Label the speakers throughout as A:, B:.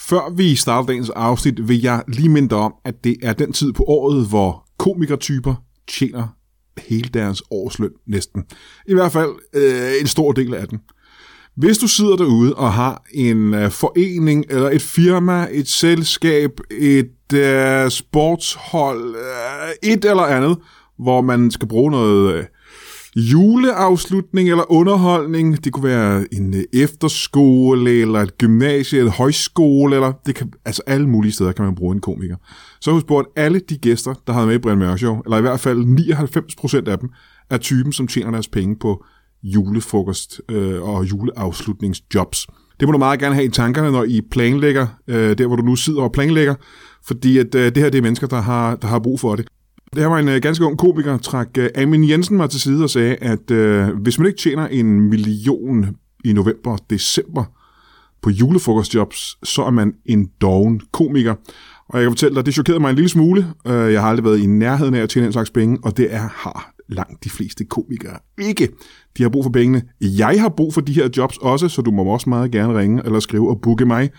A: Før vi starter dagens afsnit, vil jeg lige minde dig om, at det er den tid på året, hvor komikertyper tjener hele deres årsløn næsten. I hvert fald øh, en stor del af den. Hvis du sidder derude og har en øh, forening, eller et firma, et selskab, et øh, sportshold, øh, et eller andet, hvor man skal bruge noget øh, juleafslutning eller underholdning. Det kunne være en øh, efterskole, eller et gymnasie, eller højskole, eller det kan, altså alle mulige steder kan man bruge en komiker. Så husk på, at alle de gæster, der har med i Brian Mørk Show, eller i hvert fald 99% af dem, er typen, som tjener deres penge på julefrokost øh, og juleafslutningsjobs. Det må du meget gerne have i tankerne, når I planlægger, øh, der hvor du nu sidder og planlægger, fordi at, øh, det her det er mennesker, der har, der har brug for det. Det her var en øh, ganske ung komiker, trak øh, Amin Jensen mig til side og sagde, at øh, hvis man ikke tjener en million i november og december på julefrokostjobs, så er man en doven komiker. Og jeg kan fortælle dig, det chokerede mig en lille smule. Øh, Jeg har aldrig været i nærheden af at tjene en slags penge, og det er har langt de fleste komikere ikke. De har brug for pengene. Jeg har brug for de her jobs også, så du må også meget gerne ringe eller skrive og booke mig.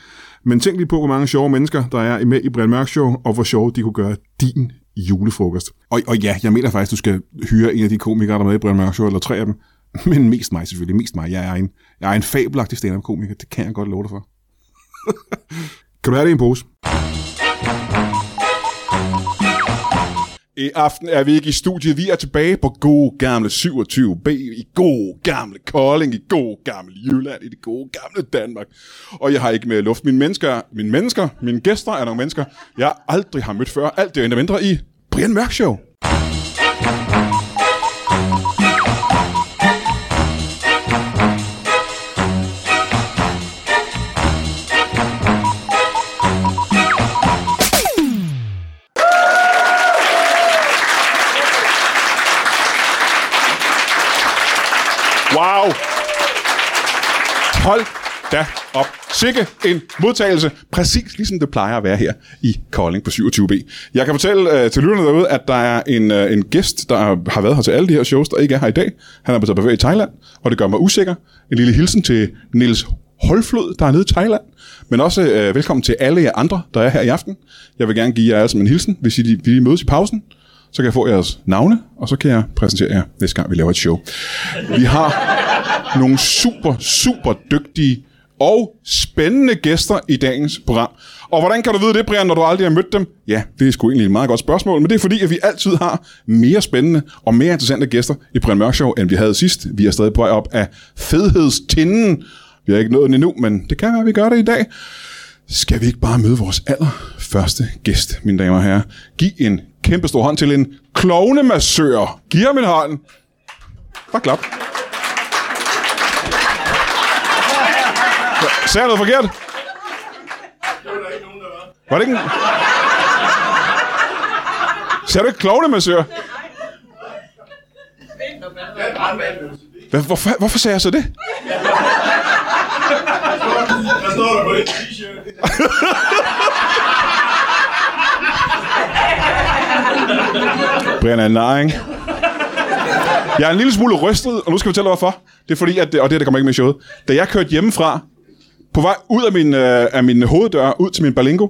A: Men tænk lige på, hvor mange sjove mennesker, der er med i Brian Mørk Show, og hvor sjove de kunne gøre din julefrokost. Og, og ja, jeg mener faktisk, du skal hyre en af de komikere, der er med i Brian Mørk Show, eller tre af dem. Men mest mig selvfølgelig, mest mig. Jeg er en, jeg er en fabelagtig stand-up-komiker, det kan jeg godt love dig for. kan du have det i en pose?
B: I aften er vi ikke i studiet. Vi er tilbage på god gamle 27B, i god gamle Kolding, i god gamle Jylland, i det gode gamle Danmark. Og jeg har ikke med luft mine mennesker, mine mennesker, mine gæster er nogle mennesker, jeg aldrig har mødt før. Alt det og endda mindre i Brian Mørk Show. Wow! Hold da op. Sikke en modtagelse, præcis ligesom det plejer at være her i Kolding på 27B. Jeg kan fortælle øh, til lytterne derude, at der er en, øh, en gæst, der har været her til alle de her shows, der ikke er her i dag. Han er på ferie i Thailand, og det gør mig usikker. En lille hilsen til Niels Holflod, der er nede i Thailand. Men også øh, velkommen til alle jer andre, der er her i aften. Jeg vil gerne give jer alle sammen en hilsen, hvis I vi mødes i pausen. Så kan jeg få jeres navne, og så kan jeg præsentere jer næste gang, vi laver et show. Vi har nogle super, super dygtige og spændende gæster i dagens program. Og hvordan kan du vide det, Brian, når du aldrig har mødt dem? Ja, det er sgu egentlig et meget godt spørgsmål, men det er fordi, at vi altid har mere spændende og mere interessante gæster i Brian Mørk Show, end vi havde sidst. Vi er stadig på vej op af fedhedstinden. Vi har ikke nået den endnu, men det kan være, at vi gør det i dag. Skal vi ikke bare møde vores allerførste gæst, mine damer og herrer? Giv en kæmpe stor hånd til en klovnemassør. Giv ham en hånd. Bare klap. Sagde jeg noget forkert? Var det ikke en... Sagde du ikke klovnemassør? Hvad, hvorfor, hvorfor sagde jeg så det?
C: Hvad står der på det t-shirt?
B: Brian er en nar, ikke? Jeg er en lille smule rystet, og nu skal jeg fortælle dig, hvorfor. Det er fordi, at, det- og det her, der kommer ikke med i showet. Da jeg kørte hjemmefra, på vej ud af min, øh, af min hoveddør, ud til min balingo,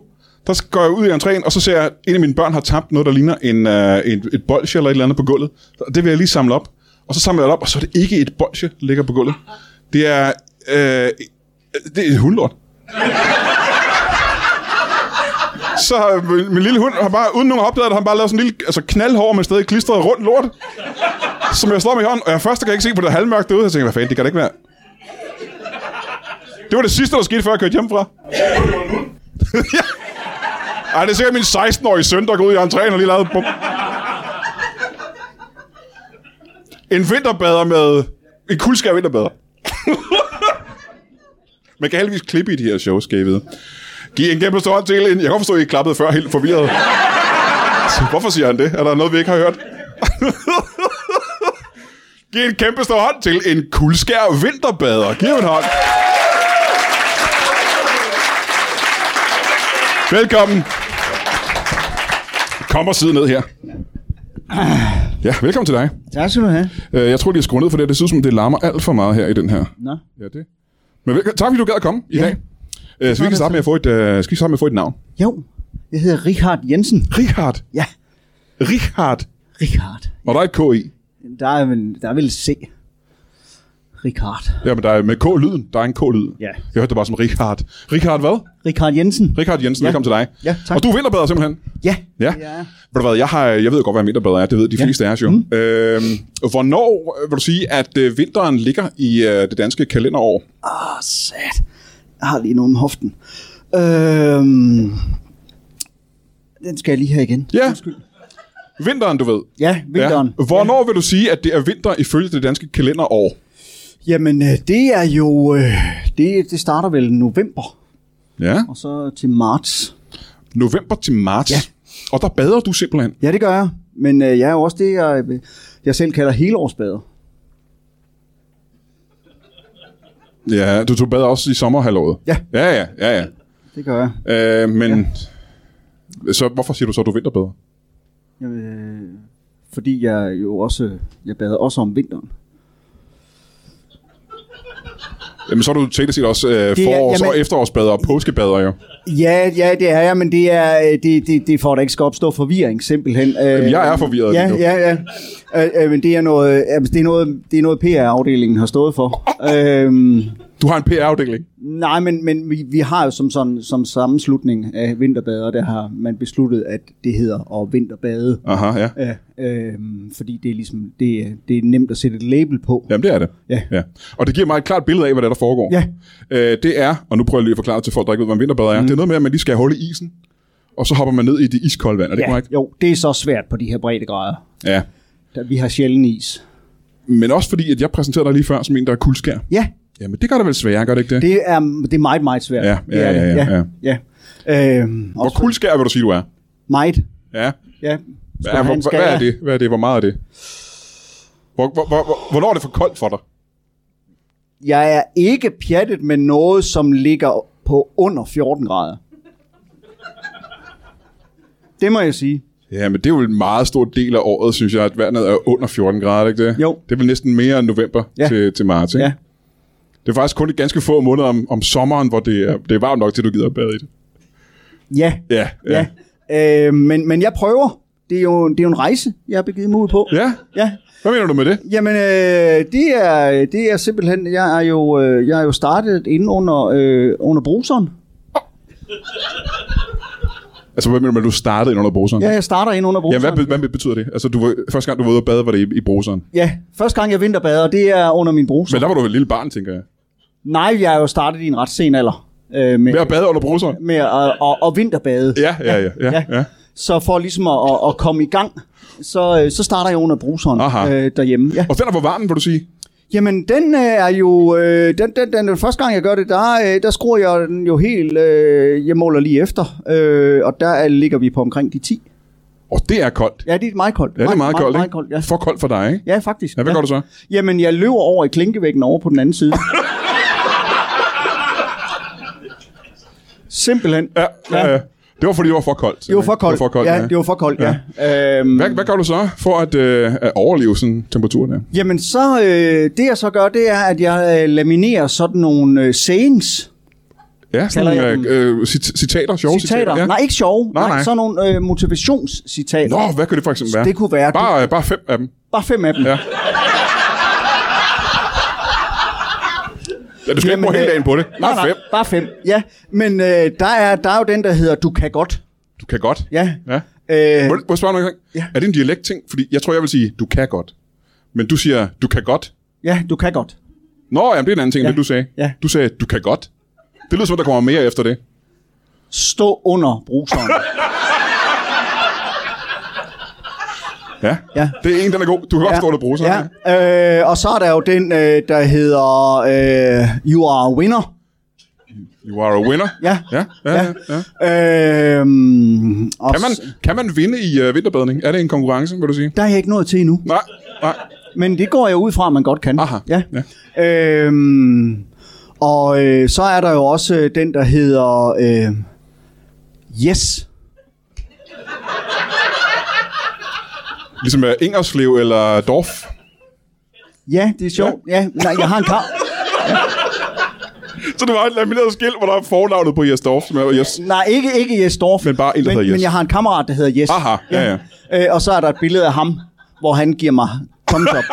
B: der går jeg ud i entréen, og så ser jeg, at en af mine børn har tabt noget, der ligner en, øh, en, et bolsje eller et eller andet på gulvet. Så Det vil jeg lige samle op. Og så samler jeg det op, og så er det ikke et bolsje, der ligger på gulvet. Det er, øh, det er et hundlort. Så har min, min lille hund har bare, uden nogen har opdaget det, har han bare lavet sådan en lille altså knaldhår, men stadig klistret rundt lort, som jeg slår med i hånden. Og jeg først kan jeg ikke se på det halvmørkt derude, og jeg tænker, hvad fanden, det kan det ikke være. Det var det sidste, der skete, før jeg kørte hjemmefra. ja. Ej, det er sikkert min 16-årige søn, der går ud i entréen og lige lavede... Bum. En vinterbader med... En kuldskær vinterbader. Man kan heldigvis klippe i de her shows, skal I vide. Giv en kæmpe stor hånd til en. Jeg kan godt forstå, at I klappede før, helt forvirret. Så Hvorfor siger han det? Er der noget, vi ikke har hørt? Giv en kæmpe stor hånd til en kuldskær vinterbader. Giv en hånd. Velkommen. Kom og sidde ned her. Ja, velkommen til dig.
D: Tak skal du have.
B: Øh, Jeg tror, de har skruet ned for det. her. Det ser ud som, det larmer alt for meget her i den her.
D: Nå.
B: Ja, det. Men velkommen. tak, fordi du gad at komme i dag. Øh, så vi kan starte med at få et, øh, skal vi starte med at få et navn.
D: Jo, jeg hedder Richard Jensen.
B: Richard.
D: Ja,
B: Richard.
D: Richard.
B: Og der er et K i.
D: Der er vel, der er vel C. Richard.
B: Ja, men der er med K-lyden. Der er en K-lyd.
D: Ja.
B: Jeg hørte det bare som Richard. Richard hvad?
D: Richard Jensen.
B: Richard Jensen, ja.
D: Ja.
B: velkommen til dig.
D: Ja, tak.
B: Og du er vinterbader simpelthen.
D: Ja.
B: Ja.
D: Ja.
B: Ved du hvad, jeg, har, jeg ved jo godt, hvad vinterbader er. Det ved de ja. fleste af os jo. Mm. Øhm, hvornår øh, vil du sige, at øh, vinteren ligger i øh, det danske kalenderår?
D: Åh, sat. Jeg har lige noget om hoften. Øhm, den skal jeg lige have igen.
B: Ja. Vinteren, du ved.
D: Ja, vinteren.
B: Ja. Hvornår vil du sige, at det er vinter ifølge det danske kalenderår?
D: Jamen, øh, det er jo... Øh, det, det starter vel november,
B: Ja.
D: og så til marts.
B: November til marts. Ja.
D: Ja.
B: Og der bader du simpelthen.
D: Ja, det gør jeg. Men øh, jeg er jo også det, jeg, jeg selv kalder helårsbader.
B: Ja, du tog bader også i sommerhalvåret.
D: Ja.
B: Ja, ja, ja. ja.
D: Det gør jeg.
B: Øh, men... Ja. Så hvorfor siger du så, at du er vinterbader?
D: Jamen, øh, fordi jeg jo også... Jeg bader også om vinteren.
B: Jamen, så er du teknisk set også øh,
D: er-
B: forårs-
D: jamen-
B: og efterårsbader og påskebader jo.
D: Ja, ja, det er jeg, men det er, øh, det, det, det er for, at der ikke skal opstå forvirring, simpelthen. Jamen,
B: jeg er forvirret
D: ja,
B: lige nu.
D: Ja, ja, Øh, øh, men det er noget, øh, jamen, det er noget, det er noget PR-afdelingen har stået for. øhm,
B: Du har en PR-afdeling.
D: nej, men, men vi, vi har jo som, sådan, som sammenslutning af vinterbader, der har man besluttet, at det hedder at vinterbade.
B: Aha, ja.
D: Ja, øhm, fordi det er ligesom, det, er- det er nemt at sætte et label på.
B: Jamen, det er det.
D: Ja.
B: ja. Og det giver mig et klart billede af, hvad der, der foregår.
D: Ja.
B: Øh, det er, og nu prøver jeg lige at forklare det til folk, der ikke ved, hvad en vinterbader er. Mm. Det er noget med, at man lige skal holde isen, og så hopper man ned i det iskolde vand. Er det
D: ja,
B: korrekt?
D: jo, det er så svært på de her breddegrader.
B: Ja.
D: Der, vi har sjældent is.
B: Men også fordi, at jeg præsenterede dig lige før som en, der er kuldskær.
D: Ja,
B: Jamen, det gør det vel sværere, gør det ikke det? det
D: det er, det er meget, meget svært.
B: Ja, ja,
D: Det er det.
B: ja, ja,
D: ja. ja. Øhm,
B: Hvor
D: også
B: kuldskær vil du sige, du er?
D: meget.
B: Ja.
D: Ja.
B: Hvad
D: Skal
B: er,
D: have
B: hvor,
D: en
B: hvad er
D: skala?
B: det? Hvad er det? Hvor meget er det? Hvor, hvor, hvor, hvor, hvornår er det for koldt for dig?
D: Jeg er ikke pjattet med noget, som ligger på under 14 grader. Det må jeg sige.
B: Ja, men det er jo en meget stor del af året, synes jeg, at vandet er under 14 grader, ikke det?
D: Jo.
B: Det er vel næsten mere end november ja.
D: Ja.
B: til, til marts, ikke?
D: Ja.
B: Det er faktisk kun et ganske få måneder om, om sommeren, hvor det er, det er varmt nok til, at du gider at bade i det.
D: Ja.
B: Ja, ja.
D: ja. Øh, men, men jeg prøver. Det er, jo, det er jo en rejse, jeg har begivet mig ud på.
B: Ja?
D: ja.
B: Hvad mener du med det?
D: Jamen, øh, det, er, det er simpelthen, jeg er jo, øh, jeg er jo startet inde under, øh, under bruseren.
B: Altså, hvad mener du med, at du startede ind under bruseren?
D: Ja, jeg starter inde under
B: ja
D: bruseren.
B: hvad, be- hvad, betyder det? Altså, du var, første gang, du var ude og bade, var det i, i bruseren.
D: Ja, første gang jeg vinterbader, det er under min bruser.
B: Men der var du et lille barn, tænker jeg.
D: Nej, jeg er jo startet i en ret sen alder øh, med,
B: Med at bade under bruseren?
D: med at, at, at vinterbade.
B: Ja, ja, ja. ja,
D: Ja.
B: ja.
D: Så for ligesom at, at, at komme i gang, så, øh, så starter jeg under bruseren
B: Aha.
D: øh, derhjemme. Ja.
B: Og den er hvor varm, vil du sige?
D: Jamen, den øh, er jo... Øh, den, den, den, den første gang, jeg gør det, der, øh, der skruer jeg den jo helt... Øh, jeg måler lige efter, øh, og der er, ligger vi på omkring de 10.
B: Og det er koldt.
D: Ja, det er meget koldt.
B: Ja, det er meget, koldt,
D: meget,
B: ikke?
D: koldt, ja.
B: For koldt for dig, ikke?
D: ja, faktisk.
B: Ja, hvad
D: ja.
B: gør du så?
D: Jamen, jeg løber over i klinkevæggen over på den anden side. Simpelthen.
B: Ja, ja.
D: Ja.
B: ja. Det var fordi, det var for koldt.
D: Det var for koldt.
B: Det var for koldt, ja.
D: ja. Det var for koldt, ja. ja. Øhm,
B: Hvad, hvad gør du så for at, øh, at overleve sådan temperaturen her?
D: Jamen, så øh, det jeg så gør, det er, at jeg øh, laminerer sådan nogle øh, sayings.
B: Ja, sådan
D: Kalder jeg
B: nogle øh, øh, cit- citater, sjove citater.
D: citater.
B: ja.
D: Nej, ikke sjove.
B: Nej, nej.
D: Sådan nogle øh, motivationscitater.
B: Nå, hvad kunne det for eksempel være?
D: Det kunne være-
B: Bare, øh, bare fem af dem.
D: Bare fem af dem.
B: Ja. Ja, du skal Jamen, ikke bruge
D: Jamen,
B: hele
D: øh,
B: dagen på det. Bare fem.
D: Bare fem, ja. Men øh, der, er, der er jo den, der hedder, du kan godt.
B: Du kan godt.
D: Ja.
B: ja.
D: Øh,
B: Må, jeg- må jeg spørge noget gang?
D: Ja.
B: Er det en dialektting? Fordi jeg tror, jeg vil sige, du kan godt. Men du siger, du kan godt.
D: ja, du kan godt.
B: Nå, jamen, det er en anden ting, ja. det du sagde.
D: Ja.
B: Du sagde, du kan godt. Det lyder som, om, der kommer mere efter det.
D: Stå under bruseren.
B: Ja.
D: Ja.
B: Det er en, den er god. Du kan godt stå der og bruge sådan. Ja.
D: ja. Øh, og så er der jo den, øh, der hedder, øh, you are a winner.
B: You are a winner.
D: Ja.
B: Ja, ja, ja. ja.
D: Øh, og
B: Kan, man,
D: s-
B: kan man vinde i øh, vinterbadning? Er det en konkurrence, vil du sige?
D: Der er jeg ikke nået til endnu.
B: Nej, nej.
D: Men det går jeg ud fra, at man godt kan.
B: Aha,
D: Ja. ja. Øhm, og øh, så er der jo også øh, den, der hedder øh, Yes.
B: Ligesom uh, Ingerslev eller Dorf.
D: Ja, det er sjovt. Ja. ja. Nej, jeg har en kamp.
B: Så Så det var et lamineret skilt, hvor der er fornavnet på Jes Dorf, som er Jes.
D: Nej, ikke, ikke Jes Dorf.
B: Men bare en, der
D: men,
B: hedder Jes.
D: Men jeg har en kammerat, der hedder Jes.
B: Aha, ja, ja.
D: Øh, og så er der et billede af ham, hvor han giver mig thumbs up.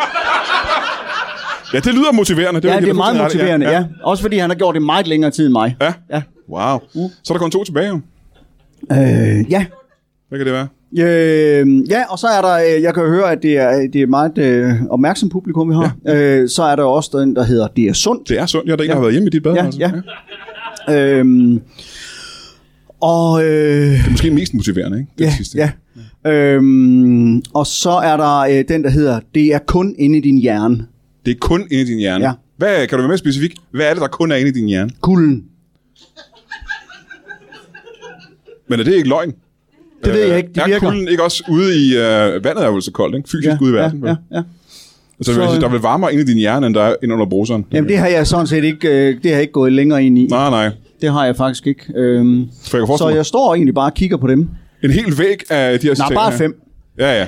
B: Ja, det lyder motiverende.
D: ja,
B: vil jeg
D: det er
B: give dig
D: meget
B: fuldstændig ret i.
D: motiverende, ja, ja. Også fordi han har gjort det meget længere tid end mig.
B: Ja.
D: Ja. Uh.
B: Wow. Så er der kun to tilbage, jo.
D: Øh, ja.
B: Hvad kan det være?
D: Øh, ja, og så er der, øh, jeg kan jo høre, at det er, det er et meget øh, opmærksom publikum, vi har. Ja. Øh, så er der jo også den, der hedder Det er sundt.
B: Det er sundt. Jeg er der en, der har været hjemme i dit bad.
D: Ja,
B: altså.
D: ja. Øhm, og øh,
B: Måske mest motiverende, ikke? Det er
D: ja,
B: det sidste.
D: ja. Øhm, og så er der øh, den, der hedder Det er kun inde i din hjerne.
B: Det er kun inde i din hjerne.
D: Ja.
B: Hvad, kan du være mere specifik? Hvad er det, der kun er inde i din hjerne?
D: Kulden.
B: Men er det ikke løgn?
D: Det ved jeg ikke. Det
B: Øh, er
D: virker.
B: kulden ikke også ude i... Øh, vandet er jo så koldt, ikke? Fysisk ude i verden.
D: ja, ja, ja.
B: Altså, så,
D: Så,
B: der
D: øh,
B: er vel varmere inde i din hjerne, end der er inde under bruseren.
D: Jamen det har jeg sådan set ikke, øh, det har jeg ikke gået længere ind i.
B: Nej, nej.
D: Det har jeg faktisk ikke. Øhm,
B: For jeg kan
D: så
B: forestille
D: jeg
B: mig,
D: står egentlig bare og kigger på dem. Nej,
B: en hel væg af de her citater
D: bare
B: her.
D: fem.
B: Ja, ja.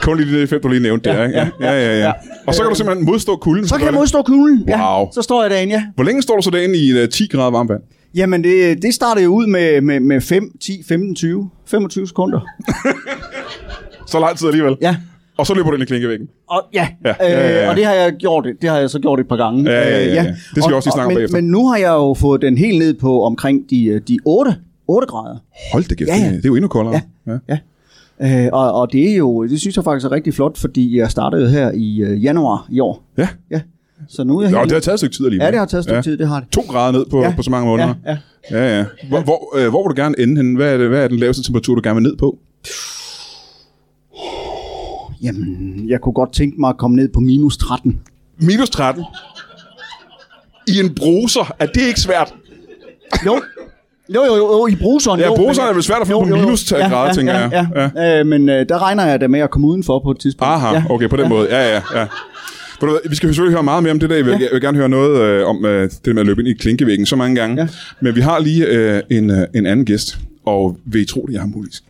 B: Kun lige de fem, du lige nævnte ja, der, ikke? Ja, ja, ja, ja. Og så kan du simpelthen modstå kulden.
D: Så kan jeg
B: hvordan-
D: modstå kuglen.
B: Wow.
D: Ja, så står jeg derinde, ja.
B: Hvor længe står du så derinde i et, øh, 10 grader varmt vand?
D: Jamen det, det starter jo ud med, med, med 5, 10, 15, 20, 25 sekunder.
B: Så lang tid alligevel.
D: Ja.
B: Og så løber du ind i klinkevæggen.
D: Og, ja,
B: Ja,
D: øh,
B: ja, ja, ja.
D: og det har jeg gjort, det har jeg så gjort et par gange.
B: Ja, ja, ja,
D: Øh,
B: ja. Det skal vi også lige snakke om
D: men,
B: bagefter.
D: Men nu har jeg jo fået den helt ned på omkring de, øh, de 8, 8 grader.
B: Hold da kæft,
D: Ja, ja.
B: det er jo endnu koldere.
D: Ja. Ja. Øh, og, og det er jo, det synes jeg faktisk er rigtig flot, fordi jeg startede her i øh, januar i år.
B: ja.
D: Ja. Så nu er jeg
B: Nå,
D: helt...
B: det har taget et stykke tid alligevel.
D: Ja, det har taget et stykke tid, det har det.
B: To grader ned på, ja.
D: Ja.
B: på så mange måneder.
D: Ja, ja.
B: ja. ja, Hvor, hvor, øh, hvor vil du gerne ende henne? Hvad er, det, hvad er den laveste temperatur, du gerne vil ned på?
D: Jamen, jeg kunne godt tænke mig at komme ned på minus 13.
B: Minus 13. I en bruser. Er det ikke svært?
D: Jo, jo, jo, jo, jo i bruseren.
B: Ja,
D: jo,
B: bruseren
D: men-
B: er vel svært at finde
D: Jo,
B: på
D: jo, jo.
B: minus tre grader, tænker
D: ja,
B: jeg.
D: Ja, ja. Øh, men øh, der regner jeg da med at komme udenfor på et tidspunkt.
B: Aha,
D: ja.
B: okay, på den ja. måde. Ja, ja, ja. Ved du hvad, Vi skal selvfølgelig høre meget mere om det der. Jeg vil, jeg vil gerne høre noget øh, om øh, det der med at løbe ind i klinkevæggen så mange gange. Ja.
D: Ja.
B: Men vi har lige øh, en, øh, en anden gæst, og vil I tro det, jeg har muligvis?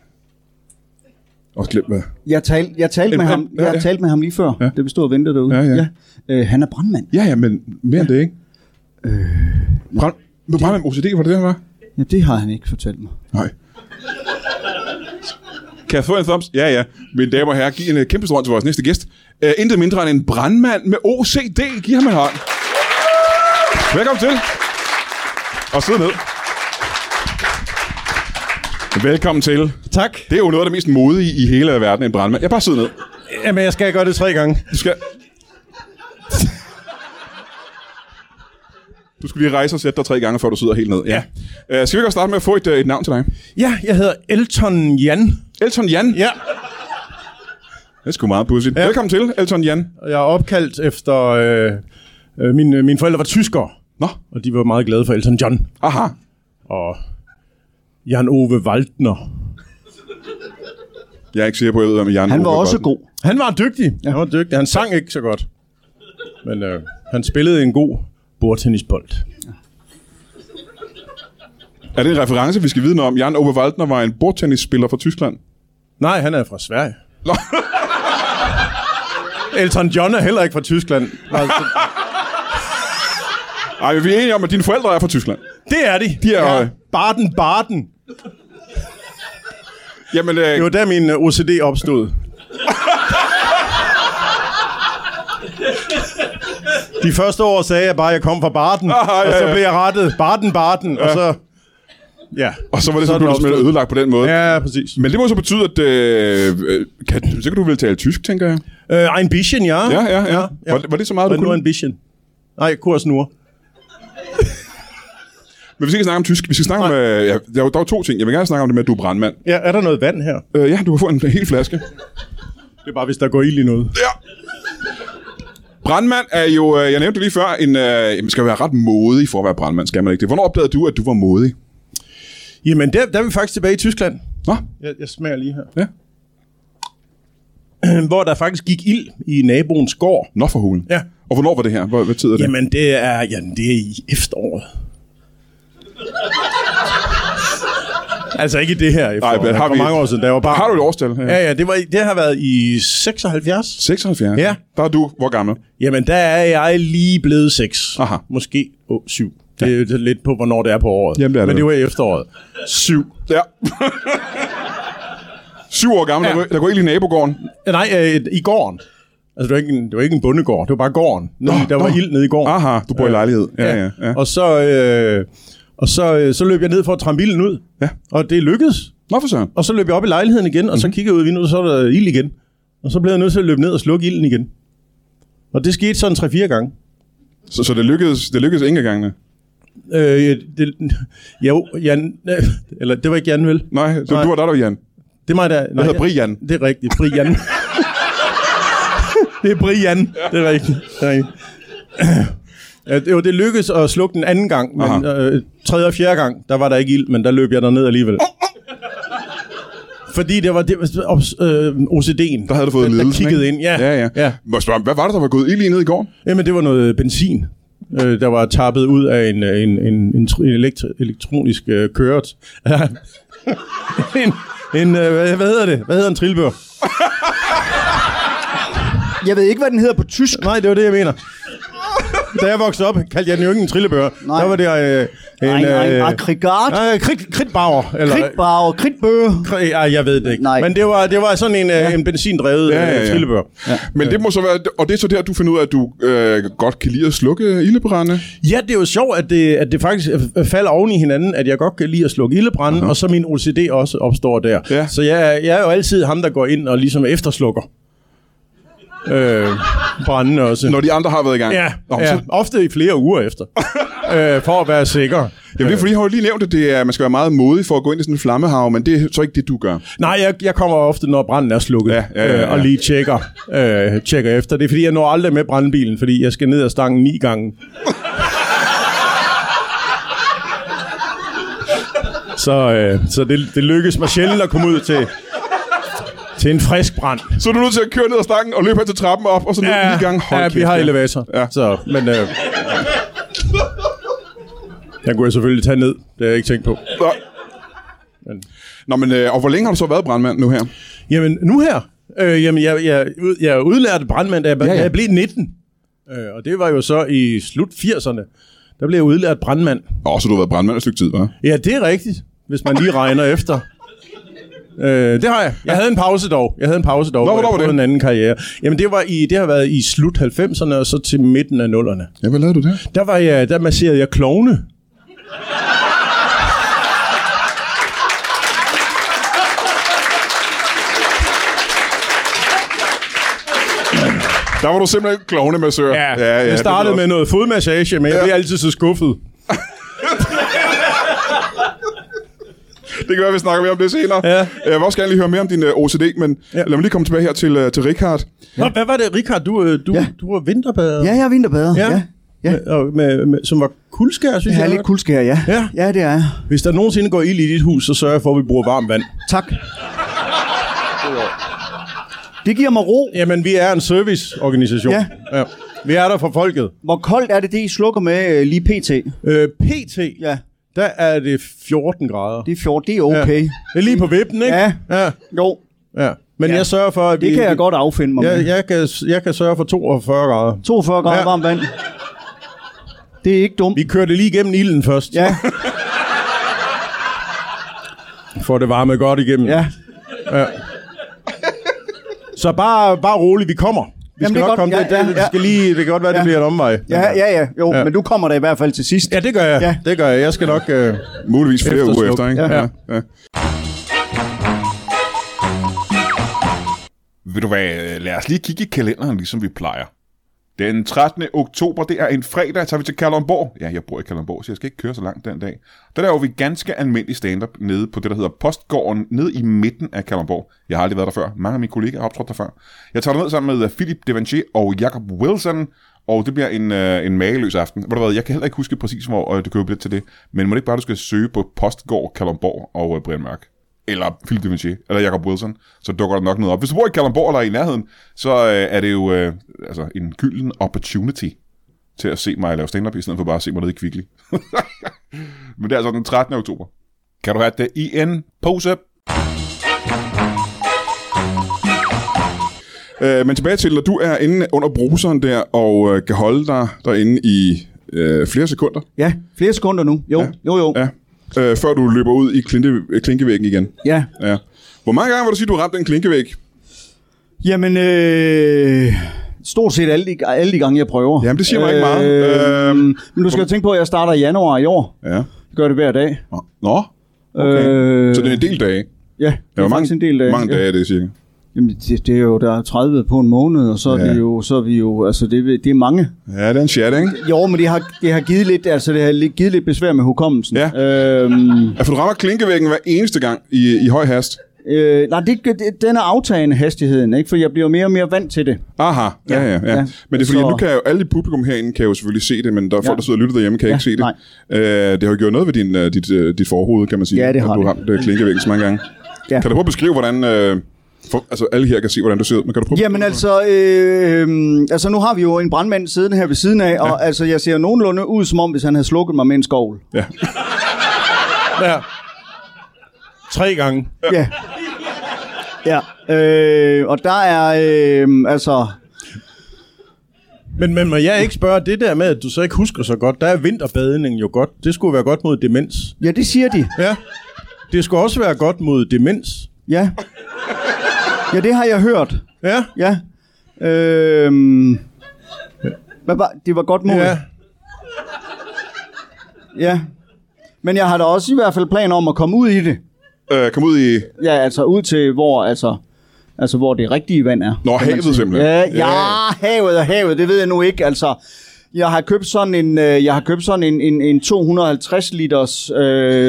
B: Og glem hvad?
D: Jeg talte jeg talte
B: En
D: med,
B: mand,
D: ham,
B: ja,
D: jeg
B: ja.
D: talte med ham lige før, ja. det bestod og ventede derude.
B: Ja, ja.
D: ja. Øh, han er brandmand.
B: Ja, ja, men mere end det, ikke? Øh, Brand, det... Brand med OCD, var det det, han var?
D: Ja, det har han ikke fortalt mig.
B: Nej. Kan jeg få en thumbs? Ja, ja. Mine damer og herrer, giv en øh, kæmpe stor hånd til vores næste gæst. Uh, intet mindre end en brandmand med OCD. Giv ham en hånd. Velkommen til. Og sidde ned. Velkommen til.
E: Tak.
B: Det er jo noget af det mest modige i hele verden, en brandmand. Jeg bare sidder ned.
E: Jamen, jeg skal gøre det tre gange.
B: Du skal... Du skulle lige rejse og sætte dig tre gange, før du sidder helt ned. Ja. Uh, skal vi godt starte med at få et, øh, et navn til dig?
E: Ja, jeg hedder Elton Jan.
B: Elton Jan.
E: Ja,
B: Det er sgu meget pudsigt. Ja. Velkommen til, Elton Jan.
E: og jeg er opkaldt efter... Øh, øh, mine, mine forældre var tyskere,
B: Nå,
E: og de var meget glade for Elton John.
B: aha.
E: Og Jan Ove Waldner.
B: Jeg er ikke sikker på, at jeg ved, hvem Jan
D: Han var
B: Ove
D: også
B: Golden.
D: god.
E: Han var dygtig. Ja. Han var dygtig. Han sang ikke så godt. Men øh, han spillede en god bordtennisbold.
B: Er det en reference, vi skal vide noget om? Jan Ove Waldner var en bordtennisspiller fra Tyskland.
E: Nej, han er fra Sverige.
B: Nå.
E: Elton John er heller ikke fra Tyskland. Altså,
B: Ej, vi er enige om, at dine forældre er fra Tyskland.
E: det er øh, de.
B: De er-
E: ja. Baden Baden.
B: Jamen, øh,
E: Det var der min øh, OCD opstod. De første år sagde jeg bare, at jeg kom fra Barden,
B: Ah, ja,
E: og så
B: ja.
E: blev jeg rettet. Barden, Barden, og så... Ja.
B: og så var det så,
E: er
B: blev du simpelthen
E: opstået.
B: ødelagt på den måde.
E: Ja, præcis.
B: Men det må så betyde, at øh, øh, kan, så kan du vel tale tysk, tænker jeg.
E: Øh, ein bisschen, ja.
B: Ja, ja, ja.
E: ja.
B: Var, det- var det så meget, du
E: Og nu
B: kunne?
E: ein bisschen. Nej, kurs nu.
B: Men vi skal ikke snakke om tysk. Vi skal snakke om... Øh, ja, der, er jo, der er jo to ting. Jeg vil gerne snakke om det med, at du er brandmand.
E: Ja, er der noget vand her?
B: Øh, ja, du kan få en hel flaske.
E: Det er bare, hvis der går ild i noget.
B: Ja. Brandmand er jo, øh, jeg nævnte det lige før, en, øh, man skal være ret modig for at være brandmand, skal man ikke det? Hvornår opdagede du, at du var modig?
E: Jamen, der, der er vi faktisk tilbage i Tyskland.
B: Nå,
E: Jeg, jeg smager lige her.
B: ja.
E: Hvor der faktisk gik ild i naboens gård.
B: Nå for hulen.
E: Ja.
B: Og hvornår var det her? Hvor, hvad tid er det?
E: Jamen, det er, jamen, det er i efteråret. Altså ikke i det her efterår.
B: men har
E: for
B: vi-
E: mange år siden, da jeg var barn.
B: Har du et årstal?
E: Ja, ja, det, var, i- det har været i 76.
B: 76?
E: Ja.
B: Der er du, hvor gammel?
E: Jamen, der er jeg lige blevet 6.
B: Aha.
E: Måske 7. Det er jo lidt på, hvornår det er på året.
B: Jamen, det er det
E: Men det
B: vel.
E: var i efteråret. 7.
B: Ja. Syv år gammel, ja.
E: Ja.
B: der, går, der går ild i nabogården.
E: Nej, øh, i gården. Altså, det var, ikke en, det var ikke en bondegård, det var bare gården. Nede,
B: Nå,
E: der var
B: nå.
E: ild nede i gården.
B: Aha, du bor i lejlighed. Ja, ja, ja.
E: Og, så, øh, og så, øh, så løb jeg ned for at træmme bilen ud.
B: Ja.
E: Og det lykkedes.
B: Nå for søren.
E: Og så løb jeg op i lejligheden igen, og så
B: Mhm.
E: kiggede jeg ud i vinduet, så var der ild igen. Og så blev jeg nødt til at løbe ned og slukke ilden igen. Og det skete sådan 3-4 gange.
B: Så, så det lykkedes, det lykkedes ikke engang.
E: Øh, det, jo, Jan, øh, eller det var ikke Jan, vel?
B: Nej, så
E: Nej.
B: du var der, der var Jan.
E: Det er mig, der... Nej,
B: hedder Brian.
E: Det er rigtigt, Brian. det er Brian, det er rigtigt. Det er rigtigt. Ja, det, jo, det lykkedes at slukke den anden gang, men
B: Aha.
E: øh, tredje og fjerde gang, der var der ikke ild, men der løb jeg derned alligevel. Fordi det var det, var- obs- øh, OCD'en,
B: Der havde du fået
E: der, der
B: ledelsen,
E: kiggede
B: ikke?
E: ind. Ja,
B: ja, ja.
E: ja.
B: Må jeg spørge, hvad var det, der var gået ild i ned i går?
E: Jamen, det var noget benzin, øh, der var tappet ud af en, øh, en, en, en, tr- en elektro, elektronisk øh, køret. en, en øh, hvad, hvad hedder det? Hvad hedder en trillebør?
D: Jeg ved ikke, hvad den hedder på tysk.
E: Nej, det var det, jeg mener. Da jeg voksede op, kaldte jeg den jo ikke en trillebør.
D: Nej.
E: Der var det øh, en...
D: Nej, nej,
E: øh,
D: aggregat.
E: Nej, krit, kritbauer. Eller,
D: Kritbauer, kritbøger.
E: Kri- Ej, jeg ved det ikke.
D: Nej.
E: Men det var, det var sådan en, ja. en benzindrevet ja, ja, ja. trillebør.
B: Ja. Øh, Men det må så være, og det er så der, du finder ud af, at du øh, godt kan lide at slukke ildebrænde.
E: Ja, det er jo sjovt, at det, at det faktisk øh, falder oven i hinanden, at jeg godt kan lide at slukke ildebranden, uh-huh. og så min OCD også opstår der.
B: Ja.
E: Så jeg, er- jeg er jo altid ham, der går ind og ligesom efterslukker øh, branden også.
B: Når de andre har været i gang.
E: Ja,
B: Nå,
E: ja.
B: Så,
E: Så... ofte i flere uger efter, øh, for at være sikker.
B: jamen, det er fordi, jeg har jo lige nævnt, at det er, at man skal være meget modig for at gå ind i sådan en flammehav, men det er så ikke det, du gør.
E: Nej, jeg, jeg kommer ofte, når branden er slukket,
B: Ja, ja, ja, ja.
E: Øh, og lige tjekker, øh, tjekker efter. Det er, fordi jeg når aldrig med brandbilen, fordi jeg skal ned ad stangen ni gange. så øh, så det, det lykkes mig sjældent at komme ud til, til en frisk brand.
B: Så er du nødt til at køre ned ad stangen og løbe hen til trappen op, og så ned ja, lige gang. Hold
E: ja, vi
B: kæft,
E: har elevator.
B: Ja.
E: Så, men, øh, den kunne jeg selvfølgelig tage ned. Det har jeg ikke tænkt på.
B: Nå.
E: Men-
B: Nå, men, øh, og hvor længe har du så været brandmand nu her?
E: Jamen, nu her. Øh, jamen, jeg, jeg, ud- jeg er udlært brandmand, da jeg, ja,
B: ja.
E: ja. jeg blev 19. Øh, og det var jo så i slut 80'erne. Der blev jeg udlært brandmand.
B: Åh, så du har været brandmand et stykke tid, hva'?
E: Ja, det er rigtigt, hvis man lige regner efter. Øh, det har jeg. Jeg havde en pause dog. Jeg havde en pause dog. hvor
B: hvornår
E: jeg
B: var det?
E: prøvede en anden karriere. Jamen, det, var i, det har været i slut 90'erne og så til midten af 0'erne.
B: Ja, hvad lavede du der?
E: Der, var jeg, der masserede jeg klovne.
B: Der var du simpelthen klovnemassør.
E: jeg startede
B: det
E: med
B: ved
E: noget fodmassage, men jeg
B: Ja.
E: blev altid så skuffet.
B: jeg. Det kan være, vi snakker mere om det senere. Øh,
E: Ja.
B: Jeg vil også gerne lige høre mere om din øh, OCD, men ja.
E: Ja.
B: lad mig lige komme tilbage her til, øh, til Richard.
E: Nå, hvad var det, Richard? Du, øh, du,
D: Ja.
E: ja. du var vinterbader.
D: Ja, jeg er vinterbader.
E: Ja.
D: Ja. ja.
E: Med, og med, med, som var kuldskær, synes
D: Jeg
E: jeg.
D: er lidt kuldskær, ja.
E: Ja.
D: Ja, det er jeg.
E: Hvis der nogensinde går ild i dit hus, så sørger jeg for, at vi bruger varmt vand.
D: Tak. Det giver mig ro.
E: Jamen, vi er en serviceorganisation.
D: Ja.
E: ja. Vi er der for folket.
D: Hvor koldt er det, det I slukker med øh, lige pt?
E: Øh, PT,
D: Ja,
E: der er det 14 grader.
D: det er 14. Det er okay.
E: Ja. Det er lige på vippen, ikke?
D: Ja.
E: ja.
D: Jo,
E: ja. Men
D: Ja.
E: jeg sørger for, at vi...
D: det kan jeg godt affinde mig med.
E: Jeg, jeg, kan, jeg kan sørge for 42 grader.
D: 42 grader
E: Ja.
D: ja. varmt vand. Det er ikke dumt.
E: Vi kører det lige igennem ilden først.
D: Ja,
E: Får det varme godt igennem.
D: ja.
E: Så bare, bare roligt, vi kommer. Vi
D: Jamen,
E: skal
D: det er
E: nok
D: godt.
E: komme
D: Ja,
E: det, det,
D: ja,
E: det
D: ja.
E: skal lige, det kan godt være, det
D: Ja.
E: bliver en omvej.
D: Ja, ja, ja. Jo,
E: Ja.
D: ja. men du kommer der i hvert fald til sidst.
E: Ja, det gør jeg.
D: Ja.
E: Det gør jeg. Jeg skal nok... Øh,
B: Muligvis flere
E: Eftersluk.
B: uger efter, ikke?
E: Ja.
B: ja. Ved du hvad, øh, lad os lige kigge i kalenderen, ligesom vi plejer. Den 13. oktober, det er en fredag, tager vi til Kalundborg. Ja, jeg bor i Kalundborg, så jeg skal ikke køre så langt den dag. Der laver vi ganske almindelig stand-up nede på det, der hedder Postgården, nede i midten af Kalundborg. Jeg har aldrig været der før. Mange af mine kollegaer har optrådt der før. Jeg tager ned sammen med øh, Philip Devanché og Jacob Wilson, og det bliver en, øh, en mageløs aften. Ved du hvad, jeg kan heller ikke huske præcis, hvor øh, du køber billet til det, men må det ikke bare, du skal søge på Postgård, Kalundborg og øh, Brian Mørk eller Philip Dimitri, eller Jacob Wilson, så dukker der nok noget op. Hvis du bor i Kalundborg eller i nærheden, så øh, er det jo øh, altså en gylden opportunity til at se mig lave stand-up, i stedet for bare at se mig nede i Kvickly. Men det er altså den 13. oktober. Kan du have det i en Pose. Øh, men tilbage til, når du er inde under bruseren der, og øh, kan holde dig derinde i øh, flere sekunder,
D: Ja, flere sekunder nu. Jo, ja. jo, jo. Ja.
B: ja, øh, før du løber ud i klinte, klinkevæggen igen.
D: ja.
B: Ja. Hvor mange gange var du sige, du ramte en klinkevæg?
D: Jamen, øh, stort set alle de, alle de gange, jeg prøver.
B: Jamen, det siger mig ikke meget.
D: Øh,
B: Øhm,
D: men du skal jo tænke på, at jeg starter i januar i år.
B: Ja.
D: Jeg gør det hver dag. Øh,
B: Nå. Nå.
D: Okay.
B: Så det er en del dage.
D: Ja,
B: Ja,
D: det er
B: hvor mange,
D: faktisk en del dage.
B: mange
D: ja.
B: dage er det cirka?
D: Jamen, det, det, er jo, der er 30 på en måned, og så er,
B: Ja.
D: ja. det, jo, så er vi jo, altså det, er- det er mange.
B: Ja, det er en chat, ikke?
D: Jo, men det har, det har givet lidt, altså det har lidt- givet lidt besvær med hukommelsen.
B: Ja.
D: Øhm,
B: Altså, du rammer klinkevæggen hver eneste gang i, i høj hast.
D: øh, nej, det, det, den er aftagende hastigheden, ikke? For jeg bliver jo mere og mere vant til det.
B: Aha, ja, ja, ja. ja.
D: ja.
B: Men det er fordi,
D: Så-
B: at nu kan jeg jo, alle i publikum herinde kan jo selvfølgelig se det, men der er folk,
D: Ja.
B: der sidder og lytter derhjemme, kan ja,
D: Ja,
B: ikke se det.
D: nej.
B: Øh, det har jo gjort noget ved din, øh, dit, øh, dit forhoved, kan man sige.
D: Ja, det har
B: at du
D: det.
B: ramt øh, klinkevæggen så mange gange. Ja.
D: Ja.
B: Kan du prøve at beskrive, hvordan... Øh, for, altså, alle her kan se, hvordan du ser ud, men kan du prøve
D: Jamen
B: at
D: altså, øh, altså, nu har vi jo en brandmand siddende her ved siden af, og altså, jeg ser nogenlunde ud, som om hvis han havde slukket mig med en skovl.
B: Ja.
E: Ja. Tre gange.
D: Ja. Ja, øh, og der er, øh, altså,
E: Men, men må jeg ikke spørge det der med, at du så ikke husker så godt? Der er vinterbadning jo godt. Det skulle være godt mod demens.
D: ja, det siger de.
E: Ja. Det skulle også være godt mod demens.
D: Ja. Ja, det har jeg hørt.
E: Ja.
D: Ja. Øhm. Hvad var, det var godt mål.
E: Ja.
D: Ja. ja. Men jeg har da også i hvert fald planer om at komme ud i det.
B: øh, komme ud i...
D: Ja, altså ud til, hvor, altså, altså, hvor det rigtige vand er.
B: Nå, havet simpelthen.
D: Ja, ja, havet og havet, det ved jeg nu ikke. Altså, jeg har købt sådan en, øh, jeg har købt sådan en, en, en 250 liters øh,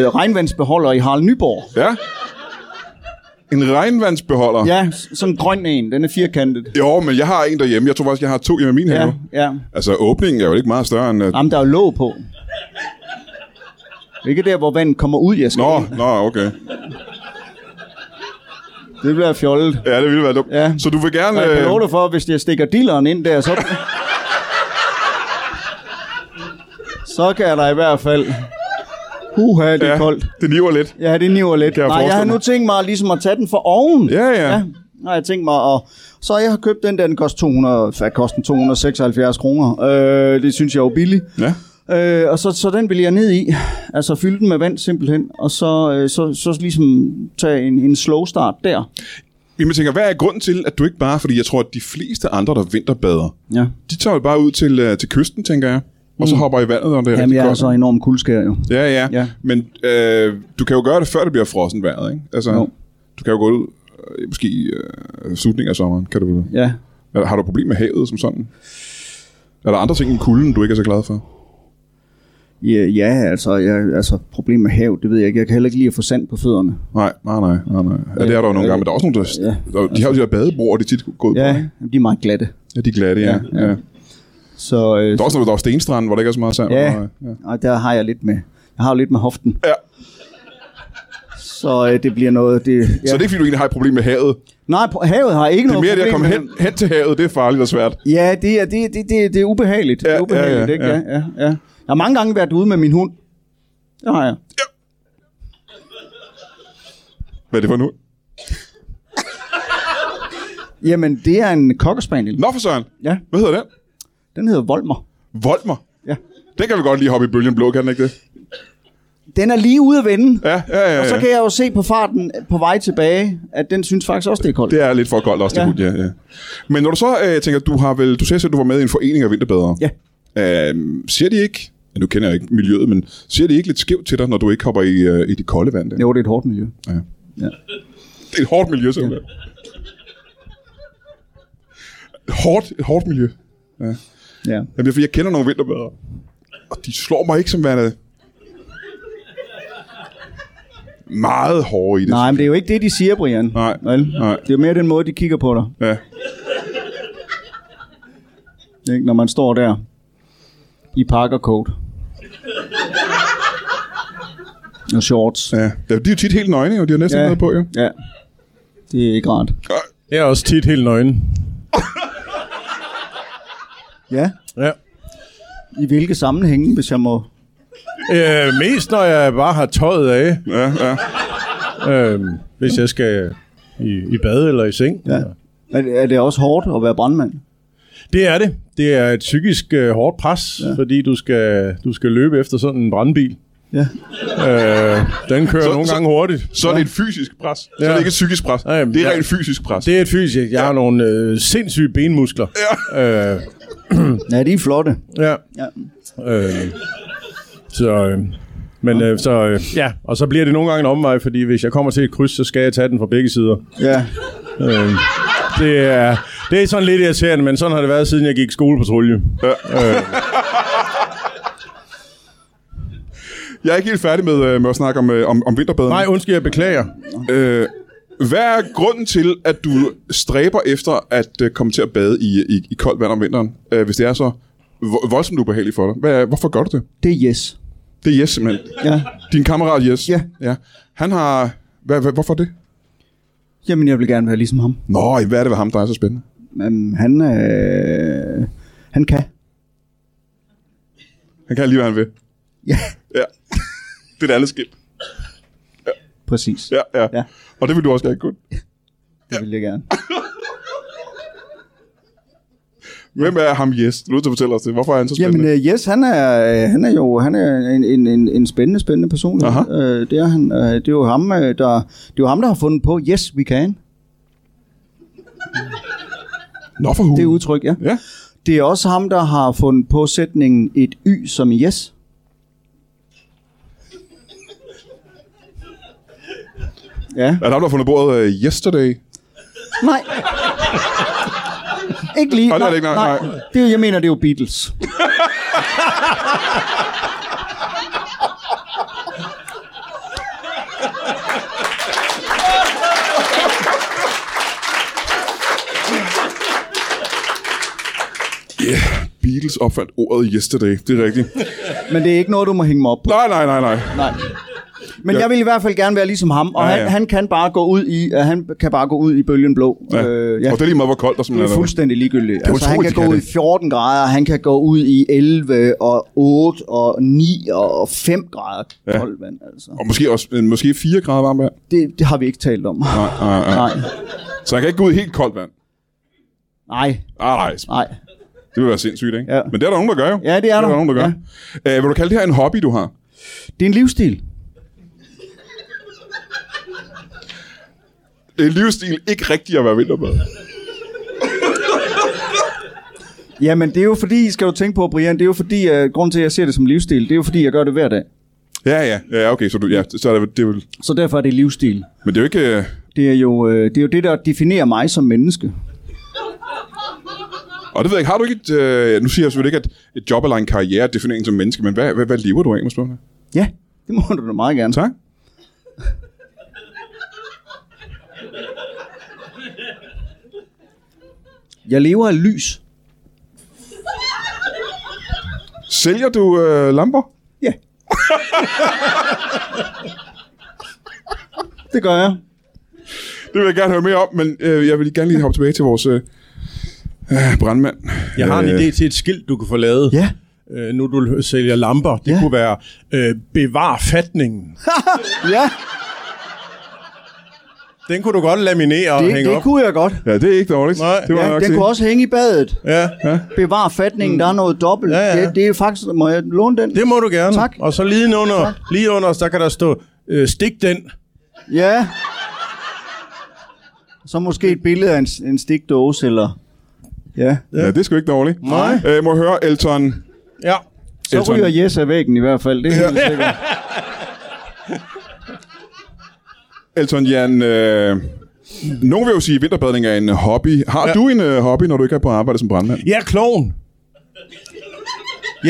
D: regnvandsbeholder i Harald Nyborg.
B: Ja. En regnvandsbeholder.
D: Ja, sådan en grøn en. Den er firkantet.
B: Jo, men jeg har en derhjemme. Jeg tror faktisk, jeg har to hjemme i min have.
D: Ja, ja.
B: Altså, åbningen er jo ikke meget større end... øh,
D: Jamen, der er jo låg på. Ikke der, hvor vandet kommer ud, jeg skal.
B: Nå,
D: ind.
B: nå, okay.
D: Det bliver fjollet.
B: Ja, det ville være dumt.
D: Ja.
B: Så du vil gerne...
D: Og jeg kan
B: øh,
D: love dig for, hvis jeg stikker dilleren ind der, så... så kan jeg da i hvert fald... Huha, det er
B: ja,
D: ja. koldt.
B: Det niver lidt.
D: Ja, det niver lidt.
B: jeg
D: Jeg Nej, jeg
B: forestille
D: har nu
B: mig.
D: tænkt mig ligesom at tage den for oven.
B: Ja, ja.
D: Nej, jeg tænkte mig at... Så jeg har købt den der, den koster, 200, hvad koster den? 276 kroner. Øh, det synes jeg er jo billigt.
B: Ja.
D: Øh, og så, så den vil jeg ned i, altså fylde den med vand simpelthen, og så, øh, så, så ligesom tage en, en slow start der.
B: Jamen, jeg tænker, hvad er grunden til, at du ikke bare... Fordi jeg tror, at de fleste andre, der vinterbader,
D: Ja.
B: de tager jo bare ud til, øh, til kysten, tænker jeg. Og så hopper i vandet, når det er
D: Mm. Jamen,
B: rigtig
D: jeg er
B: koldt.
D: så enormt kuldskær jo.
B: Ja, ja. ja.
D: Ja.
B: Men øh, du kan jo gøre det, før det bliver frossen vejret, ikke? Altså,
D: Jo.
B: du kan jo gå ud, øh, måske i øh, slutningen af sommeren, kan du vel?
D: Ja.
B: Eller Har du problemer med havet som sådan? Er der andre ting end kulden, du ikke er så glad for?
D: Ja, ja altså, jeg, altså problem med hav, det ved jeg ikke. Jeg kan heller ikke lide at få sand på fødderne.
B: Nej, nej, nej. nej, nej. Ja, det er der jo nogle gange, men der er også nogle, der...
D: Ja.
B: der- De har jo de her badebroer, de tit går ud på.
D: Ja, de er meget glatte.
B: Ja, de er glatte, ja. ja,
D: Ja,
B: ja.
D: ja.
B: ja.
D: Så øh,
B: Der er også noget, der er Stenstrand, hvor der ikke er så meget sand.
D: ja,
B: Og, ja.
D: og der har jeg lidt med, jeg har jo lidt med hoften.
B: Ja.
D: Så øh, det bliver noget, det, ja.
B: Så det er ikke, fordi du egentlig har et problem med havet.
D: Nej, på, havet har ikke
B: Det er
D: noget
B: mere det at
D: problem
B: komme
D: med
B: hen, hen til havet, det er farligt og svært.
D: Ja, det er, det, det, det, det er ubehageligt. Ja, det
B: Ja,
D: er ubehageligt,
B: ja, ja,
D: ja, ikke? Ja, ja, ja. Jeg har mange gange været ude med min hund. Det har jeg.
B: Hvad er det for nu?
D: Jamen, det er en cockerspaniel.
B: Nå for søren.
D: Ja,
B: Hvad hedder den?
D: den hedder Volmer.
B: Volmer.
D: Ja.
B: Den kan vi godt lige hoppe i bølgen blå, kan den ikke det?
D: Den er lige ude at vende. Ja,
B: Ja, ja, ja. ja.
D: Og så kan jeg jo se på farten på vej tilbage, at den synes faktisk også, det er koldt.
B: Det er lidt for koldt også, det
D: Ja.
B: hund, ja, ja. Men når du så øh, tænker, du har vel, du sagde selv, at du var med i en forening af vinterbadere.
D: Ja.
B: Øhm, siger de ikke, ja, nu kender jeg ikke miljøet, men siger de ikke lidt skævt til dig, når du ikke hopper i, øh, i det kolde vand? Der?
D: Jo, det er et hårdt miljø.
B: Det er et hårdt miljø, simpelthen. Ja. Hårdt, et hårdt miljø.
D: Ja.
B: Jamen, det er, fordi jeg kender nogle vinterbadere. Og de slår mig ikke som værende meget hårde i det.
D: Nej, men det er jo ikke det, de siger, Brian.
B: Nej,
D: Vel?
B: nej.
D: Det er jo mere den måde, de kigger på dig,
B: Ja.
D: ikke? når man står der i parkercoat. Og shorts.
B: ja. ja. De er jo tit helt nøgne, og de har næsten ikke noget på, jo.
D: ja. Det er ikke rart.
E: Jeg er også tit helt nøgen.
D: Ja.
E: Ja.
D: I hvilke sammenhænge, hvis jeg må...
E: Øh, mest når jeg bare har tøjet af.
B: Ja, ja.
E: øhm, hvis jeg skal i, i bad eller i seng.
D: Ja. Er, det- er det også hårdt at være brandmand?
E: Det er det. Det er et psykisk øh, hårdt pres, ja. fordi du skal, du skal løbe efter sådan en brandbil.
D: Ja.
E: Øh, den kører
B: Så-
E: så, nogle
B: så-
E: så, gange hurtigt.
B: Så er det et fysisk pres. Så er
E: Ja.
B: det ikke et psykisk pres.
E: Ja, jamen,
B: Det er
E: ja.
B: rent fysisk pres.
E: Det er et fysisk. Jeg har nogle øh, sindssyge benmuskler. Ja. Øh,
D: Ja, de er flotte.
E: ja.
D: Ja.
E: Øh, så, øh, men øh, så, øh, ja. Og så bliver det nogle gange en omvej, fordi hvis jeg kommer til et kryds, så skal jeg tage den fra begge sider.
D: ja.
E: Øh, det, er, det er sådan lidt irriterende, men sådan har det været, siden jeg gik skolepatrulje.
B: Øh. Jeg er ikke helt færdig med, øh, med at snakke om, øh, om, om vinterbadning.
E: Nej, undskyld, jeg beklager.
B: Øh, hvad er grunden til, at du stræber efter at øh, komme til at bade i, i, i koldt vand om vinteren, øh, hvis det er så vo- voldsomt ubehageligt for dig? Hvad, er- hvorfor gør du det?
D: Det er yes.
B: Det er Jes simpelthen.
D: Ja.
B: Din kammerat Jes.
D: Ja.
B: ja. Han har... Hvad, hvad, hvorfor det?
D: Jamen, jeg vil gerne være ligesom ham.
B: Nå, hvad er det ved ham, der er så spændende?
D: Jamen, han, øh, han kan.
B: Han kan lige, hvad han vil.
D: Ja,
B: Ja. det er det andet skib.
D: præcis.
B: Ja, ja, ja.
D: Ja.
B: Og det vil du også gerne kunne.
D: Det vil jeg gerne.
B: Hvem er ham Jes? Du er nødt til at fortælle os det. Hvorfor er han så spændende?
D: Jamen, uh, yes, han er, øh, han er jo han er en, en, en, en spændende, spændende person.
B: Aha.
D: Uh, det, er han, uh, det er jo ham, uh, der, det er jo ham, der har fundet på Yes, we can.
B: Nå, for hun.
D: øh, Det udtryk, ja.
B: Ja.
D: Det er også ham, der har fundet på sætningen et y som i yes. Ja,
B: Er der ham, der har fundet bordet uh, yesterday?
D: nej. Ikke lige.
B: Nå, det er det ikke, nej, nej.
D: Det er, jo- jeg mener, det er jo Beatles.
B: Beatles opfandt ordet yesterday. Det er rigtigt.
D: Men det er ikke noget, du må hænge mig op på.
B: nej, nej, nej, nej.
D: Nej. Men
B: Ja.
D: ja. jeg vil i hvert fald gerne være ligesom ham, og
B: Ja,
D: ja, ja.
B: ja.
D: Han, han kan bare gå ud i, uh, han kan bare gå ud i bølgen blå.
B: Ja.
D: Øh, ja.
B: Og det er lige meget, hvor koldt der
D: Det
B: simpelthen
D: er fuldstændig ligegyldigt.
B: er
D: altså, han
B: utroligt,
D: kan
B: de
D: gå
B: kan
D: ud i
B: det.
D: 14 grader, han kan gå ud i 11 og 8 og 9 og 5 grader koldt vand. Altså.
B: Og måske, også, øh, måske 4 grader varmt vand.
D: Det, det har vi ikke talt om.
B: Nej, nej, nej.
D: Nej,
B: Så han kan ikke gå ud i helt koldt vand.
D: nej,
B: Ah, nej,
D: nej.
B: det vil være sindssygt, ikke?
D: Ja.
B: Men det er der nogen, der gør jo.
D: Ja, det er
B: det er der
D: der.
B: nogen, der gør. Ja. Øh, vil du kalde det her en hobby, du har?
D: Det er en livsstil.
B: En livsstil ikke rigtig at være vinterbad.
D: Jamen, det er jo fordi, skal du tænke på, Brian, det er jo fordi, uh, grund til, at jeg ser det som livsstil, det er jo fordi, jeg gør det hver dag.
B: Ja, ja, ja, okay, så, du, ja, så er det, det er vel...
D: Så derfor er det livsstil.
B: Men det er jo ikke... øh,
D: Det er jo, øh, det, er jo det, der definerer mig som menneske.
B: Og det ved jeg ikke, har du ikke et... Øh, nu siger jeg selvfølgelig ikke, at et job eller en karriere definerer en som menneske, men hvad, hvad, hvad lever du af, må jeg spørge om det?
D: Ja, det må du da meget gerne.
B: Tak.
D: Jeg lever af lys.
B: Sælger du øh, lamper?
D: Ja. det gør jeg.
B: Det vil jeg gerne høre mere om, men øh, jeg vil gerne lige hoppe tilbage til vores øh, øh, brandmand.
E: Jeg har en
B: Øh,
E: idé til et skilt, du kan få lavet.
D: Ja.
E: Øh, nu du sælger lamper. Det
D: Ja.
E: kunne være, øh, bevar fatningen.
D: Ja,
E: Den kunne du godt laminere og
D: det,
E: hænge
D: det
E: op.
D: kunne jeg godt.
B: Ja, det er ikke dårligt.
E: Nej.
B: det var
D: Ja,
B: nok
D: den
B: sige.
D: kunne også hænge i badet.
E: Ja,
D: Bevar fatningen, mm. der er noget dobbelt.
E: Ja, ja.
D: Det, det er faktisk... Må jeg låne den?
E: det må du gerne.
D: Tak.
E: Og så lige under, lige under os, der kan der stå, øh, stik den.
D: Ja. Så måske et billede af en, en stikdåse, eller... Ja.
B: Ja, det er sgu ikke dårligt.
E: Nej.
B: Øh, må jeg høre, Elton...
E: Ja.
D: Så
B: Elton.
D: ryger Jes af væggen i hvert fald, det er helt sikkert.
B: Elton Jan, øh, nogen vil jo sige, at vinterbadning er en hobby. Har ja. du en øh, hobby, når du ikke er på arbejde som brandmand?
E: Jeg er kloven.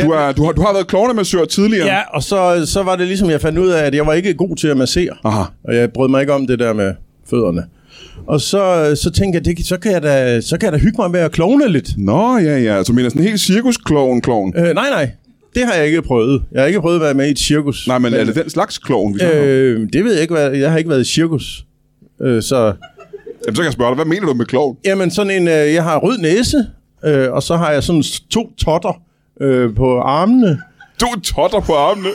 B: Du, er, du, har, du har været klovnemassør tidligere.
E: Ja, og så, så var det ligesom, jeg fandt ud af, at jeg var ikke god til at massere.
B: Aha.
E: Og jeg brød mig ikke om det der med fødderne. Og så, så tænkte jeg, det, kan- så, kan jeg da, så kan jeg da hygge mig med at klovne lidt.
B: Nå, ja, ja. Så du mener sådan en helt cirkuskloven kloven
E: Øh, nej, nej. Det har jeg ikke prøvet. Jeg har ikke prøvet at være med i et cirkus.
B: Nej, men er det den slags kloven, vi snakker om?
E: Øh, det ved jeg ikke. Hvad, jeg har ikke været i cirkus. Øh, så,
B: Jamen, så kan jeg spørge dig, hvad mener du med kloven?
E: jamen sådan en, øh, jeg har rød næse, øh, og så har jeg sådan to totter øh, på armene,
B: Du totter på armene.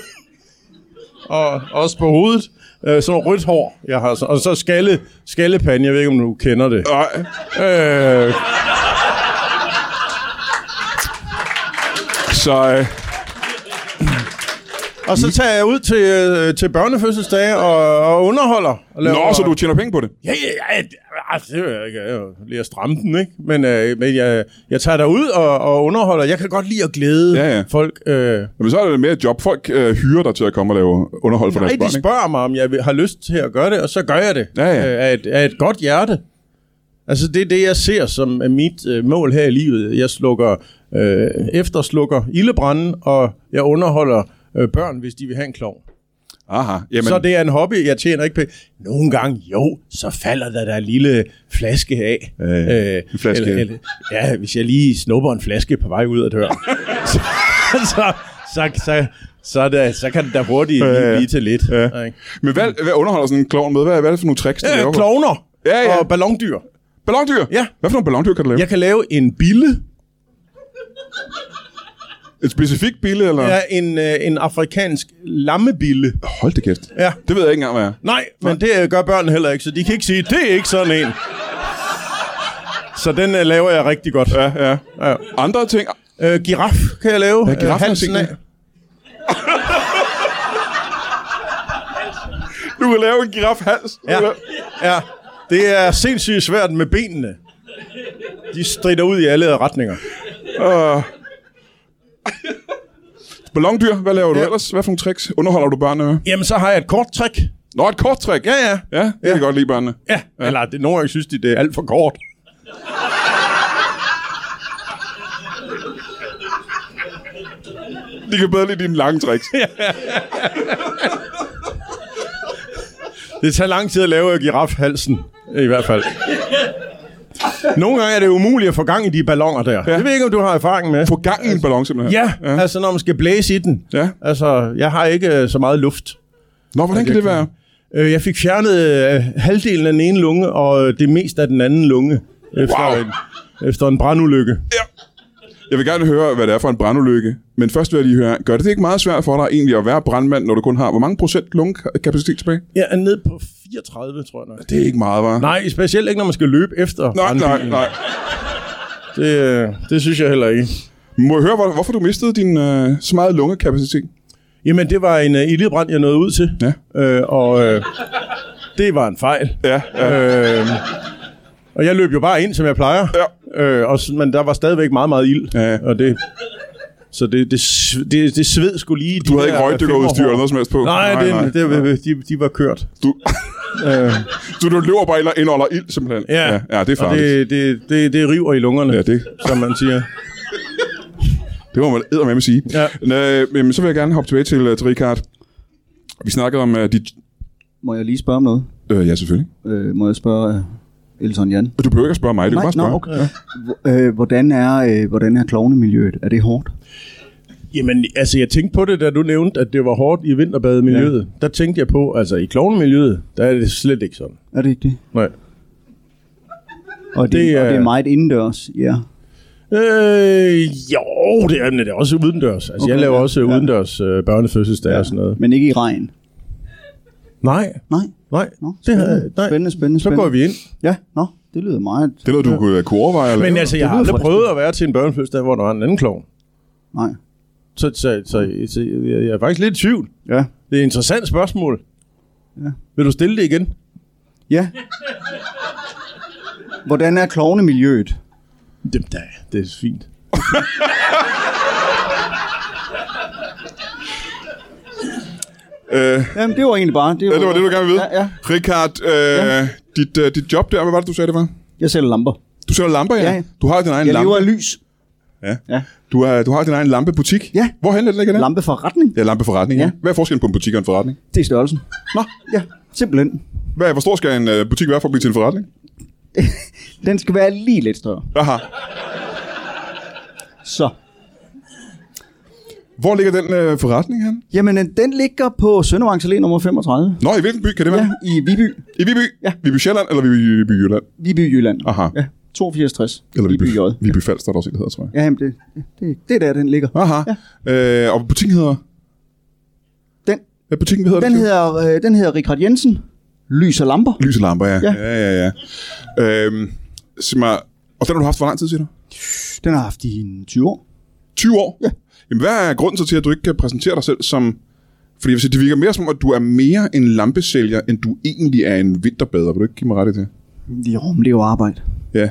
E: og også på hovedet. Øh, sådan noget rødt hår, jeg har. så- Og så skalle, skallepande, jeg ved ikke, om du kender det.
B: Nej.
E: Øh,
B: Så øh,
E: og så tager jeg ud til, øh, til børnefødselsdage og, og underholder. Og
B: nå, så du tjener penge på det.
E: Ja, ja, ja, ja, det er jo ikke- jeg er jo lige at stramme den, ikke? Men, øh, men jeg, jeg tager derud og, og underholder. Jeg kan godt lide at glæde
B: Ja, ja.
E: folk. Øh,
B: Jamen, så er det lidt mere et job. Folk øh, hyrer dig til at komme og lave underhold for
E: nej,
B: deres børn,
E: de
B: ikke?
E: spørger mig, om jeg vil- har lyst til at gøre det, og så gør jeg det.
B: Ja, ja.
E: Øh, af, et, af et godt hjerte. Altså, det er det, jeg ser som er mit øh, mål her i livet. Jeg slukker, øh, efterslukker ildebranden, og jeg underholder øh, børn, hvis de vil have en klov.
B: Aha. Jamen,
E: Så det er en hobby, jeg tjener ikke penge. Nogle gange, jo, så falder der der en lille flaske af.
B: Øh, en flaske.
E: Eller, eller, ja, hvis jeg lige snupper en flaske på vej ud af døren, så, så, så, så, så, er det, så kan det da hurtigt
B: Ja, ja.
E: lige blive til lidt.
B: Ja.
E: Ikke?
B: men hvad, hvad underholder sådan en klovn med? Hvad, hvad er det for nogle tricks, du
E: Øh,
B: laver?
E: klovner
B: Ja, ja.
E: og ballondyr.
B: Ballondyr?
E: Ja.
B: Hvad for nogle ballondyr kan du lave?
E: Jeg kan lave en bille,
B: Et specifikt bille, eller?
E: ja, en, øh, en afrikansk lammebille.
B: Hold det kæft.
E: Ja.
B: Det ved jeg ikke engang, hvad jeg er.
E: Nej, men det øh, gør børnene heller ikke, så de kan ikke sige, det er ikke sådan en. Så den øh, laver jeg rigtig godt.
B: Ja, ja.
E: Ja.
B: Andre ting?
E: Øh, giraf kan jeg lave. Øh,
B: Ja, giraffen er
E: halsen
B: sikkert.
E: af.
B: Du kan lave en girafhals.
E: Ja. ja. Det er sindssygt svært med benene. De strider ud i alle retninger.
B: Uh... Ballondyr, hvad laver du
E: Ja.
B: ja. ellers? Hvad for nogle tricks underholder du børnene med?
E: Jamen, så har jeg et kort trick.
B: Nå, et kort trick.
E: Ja, ja.
B: Ja, det kan jeg godt lide børnene.
E: Ja, ja. eller det, nogle gange synes de, det er alt for kort.
B: De kan bedre lide dine lange tricks.
E: Det tager lang tid at lave girafhalsen, i hvert fald. Nogle gange er det umuligt at få gang i de balloner der. Ja. Det ved jeg ikke, om du har erfaring med.
B: Få gang i en ballon, simpelthen.
E: Ja, ja, altså når man skal blæse i den.
B: Ja.
E: Altså, jeg har ikke øh, så meget luft.
B: Nå, hvordan kan det være?
E: Øh, jeg fik fjernet øh, halvdelen af den ene lunge, og øh, det meste af den anden lunge. Efter,
B: Wow.
E: en, efter en brandulykke.
B: Jeg vil gerne høre, hvad det er for en brandulykke. Men først vil jeg lige høre, gør det ikke meget svært for dig egentlig at være brandmand, når du kun har hvor mange procent lungekapacitet tilbage?
E: Jeg er nede på 34, tror jeg nok.
B: Det er ikke meget, var.
E: Nej, specielt ikke, når man skal løbe efter
B: nej, nej,
E: brandbilen.
B: nej.
E: Det, øh, det synes jeg heller ikke.
B: Må jeg høre, hvor, hvorfor du mistede din øh, så meget lungekapacitet?
E: Jamen, det var en øh, ildebrand, jeg nåede ud til.
B: Ja.
E: Øh, og øh, det var en fejl.
B: Ja, ja.
E: Øh, og jeg løb jo bare ind, som jeg plejer.
B: Ja.
E: Øh, og, s- men der var stadigvæk meget, meget ild.
B: Ja.
E: Og det, så det, det, s- det, det sved skulle lige...
B: Du havde ikke røgdykkerudstyr eller noget som helst på?
E: Nej, nej, det, nej, det,
B: nej.
E: det, de, de var kørt.
B: Du,
E: Øh,
B: du, du løber bare ind og indånder ild, simpelthen. ja, ja det er
E: Og
B: farligt. Det...
E: det, det, det, det river i lungerne,
B: Ja,
E: ja, det.
B: det,
E: som man siger.
B: det må man eddermame med sige.
E: Ja.
B: Øh, men så vil jeg gerne hoppe tilbage til, uh, til Richard. Vi snakkede om uh, dit...
D: Må jeg lige spørge om noget?
B: Øh, ja, selvfølgelig.
D: Øh, må jeg spørge øh, Elton Jan?
B: Du behøver ikke at spørge mig, du kan
D: Nej,
B: bare spørge.
D: nå, okay. Hvor- Øh, hvordan er, øh, hvordan er klovnemiljøet? Er det hårdt?
E: Jamen, altså, jeg tænkte på det, da du nævnte, at det var hårdt i vinterbademiljøet. Ja. Der tænkte jeg på, altså, i klovnemiljøet, der er det slet ikke sådan.
D: Er det ikke det?
E: Nej.
D: Og det,
E: Det
D: det, er... Og det
E: er-
D: er meget indendørs, ja.
E: Øh, jo, det er, men det er også udendørs. Altså, okay,
D: Okay,
E: jeg laver
D: ja.
E: også ja.
D: Ja.
E: udendørs øh, børnefødselsdage ja. og sådan noget.
D: Men ikke i regn.
E: Nej,
D: Nej.
E: nej.
D: Nå,
E: det har,
D: spændende,
E: nej.
D: spændende, spændende,
E: Så går
D: spændende.
E: vi ind.
D: Ja, nå, det lyder meget.
B: Det er noget, du kunne, uh, kunne overveje. Eller?
E: Men altså, jeg har
D: lyder
E: aldrig
D: fristende.
E: prøvet at være til en børnefødselsdag, hvor der var en anden klovn.
D: Nej.
E: Så, så, så, så jeg jeg er faktisk lidt i tvivl.
D: Ja.
E: Det er et interessant spørgsmål.
D: Ja.
E: Vil du stille det igen?
D: Ja. Hvordan er klovnemiljøet?
E: Dem da, det er fint.
B: Øh,
D: Jamen, det var egentlig bare...
B: ja, det var det, du gerne ville vide.
D: Ja, ja.
B: Richard, øh, ja. dit, øh, dit job der, hvad var det, du sagde, det var?
D: Jeg sælger lamper.
B: Du sælger lamper, ja.
D: Ja, ja.
B: Du har jo din egen
D: Jeg
B: lampe.
D: lever af lys.
B: Ja.
D: Ja.
B: Du, har, du har din egen lampebutik.
D: Ja.
B: Hvorhen er den ikke den?
D: Lampeforretning.
B: Ja, lampeforretning. Ja.
D: Ja.
B: Hvad er forskellen på en butik og en forretning?
D: Det er størrelsen.
B: Nå.
D: Ja, simpelthen.
B: Hvad, hvor stor skal en øh, butik være for at blive til en forretning?
D: Den skal være lige lidt større.
B: Aha.
D: Så.
B: Hvor ligger den øh, forretning hen?
D: Jamen, øh, den ligger på Søndervangs Allé nummer 35.
B: Nå, i hvilken by kan det
D: Ja,
B: være?
D: i Viby.
B: I Viby?
D: Ja.
B: Viby Sjælland eller Viby, Viby Jylland?
D: Viby Jylland.
B: Aha.
D: Ja, 8260.
B: Eller Viby,
D: Viby J.
B: Viby Falster, der også en, der hedder, tror jeg.
D: Ja, jamen, det, det, det er der, den ligger.
B: Aha. Ja. Øh, og butikken hedder?
D: Den
B: Hvad butikken hvad hedder?
D: Den
B: det?
D: hedder, øh, den hedder Richard Jensen. Lys og lamper.
B: Lys og lamper, ja.
D: Ja.
B: Ja, ja, ja. ja. Øhm, sig mig, og den har du haft for lang tid, siger du?
D: Den har jeg haft i en 20 år.
B: 20 år? Ja. Jamen, hvad er grunden så til, at du ikke kan præsentere dig selv som... Fordi jeg vil sige, det virker mere som, at du er mere en lampesælger, end du egentlig er en vinterbader. Vil du ikke give mig ret i det?
D: Jo, men det er jo arbejde.
B: Ja.
D: Det er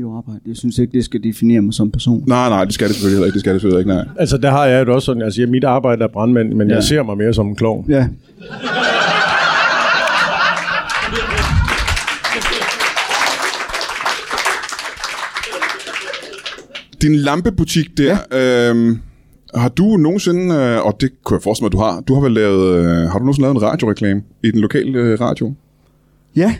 D: jo arbejde. Jeg synes ikke, det skal definere mig som person.
B: Nej, nej, det skal det selvfølgelig heller ikke. Det skal det selvfølgelig ikke, nej.
E: Altså, der har jeg det også sådan, altså, jeg- mit arbejde er brandmand, men ja. jeg ser mig mere som en klovn.
D: Ja.
B: Din lampebutik der, ja. øhm, har du nogensinde, øh, og det kunne jeg forestille mig, at du har, du har vel lavet, øh, har du nogensinde lavet en radioreklame i den lokale øh, radio?
D: Ja,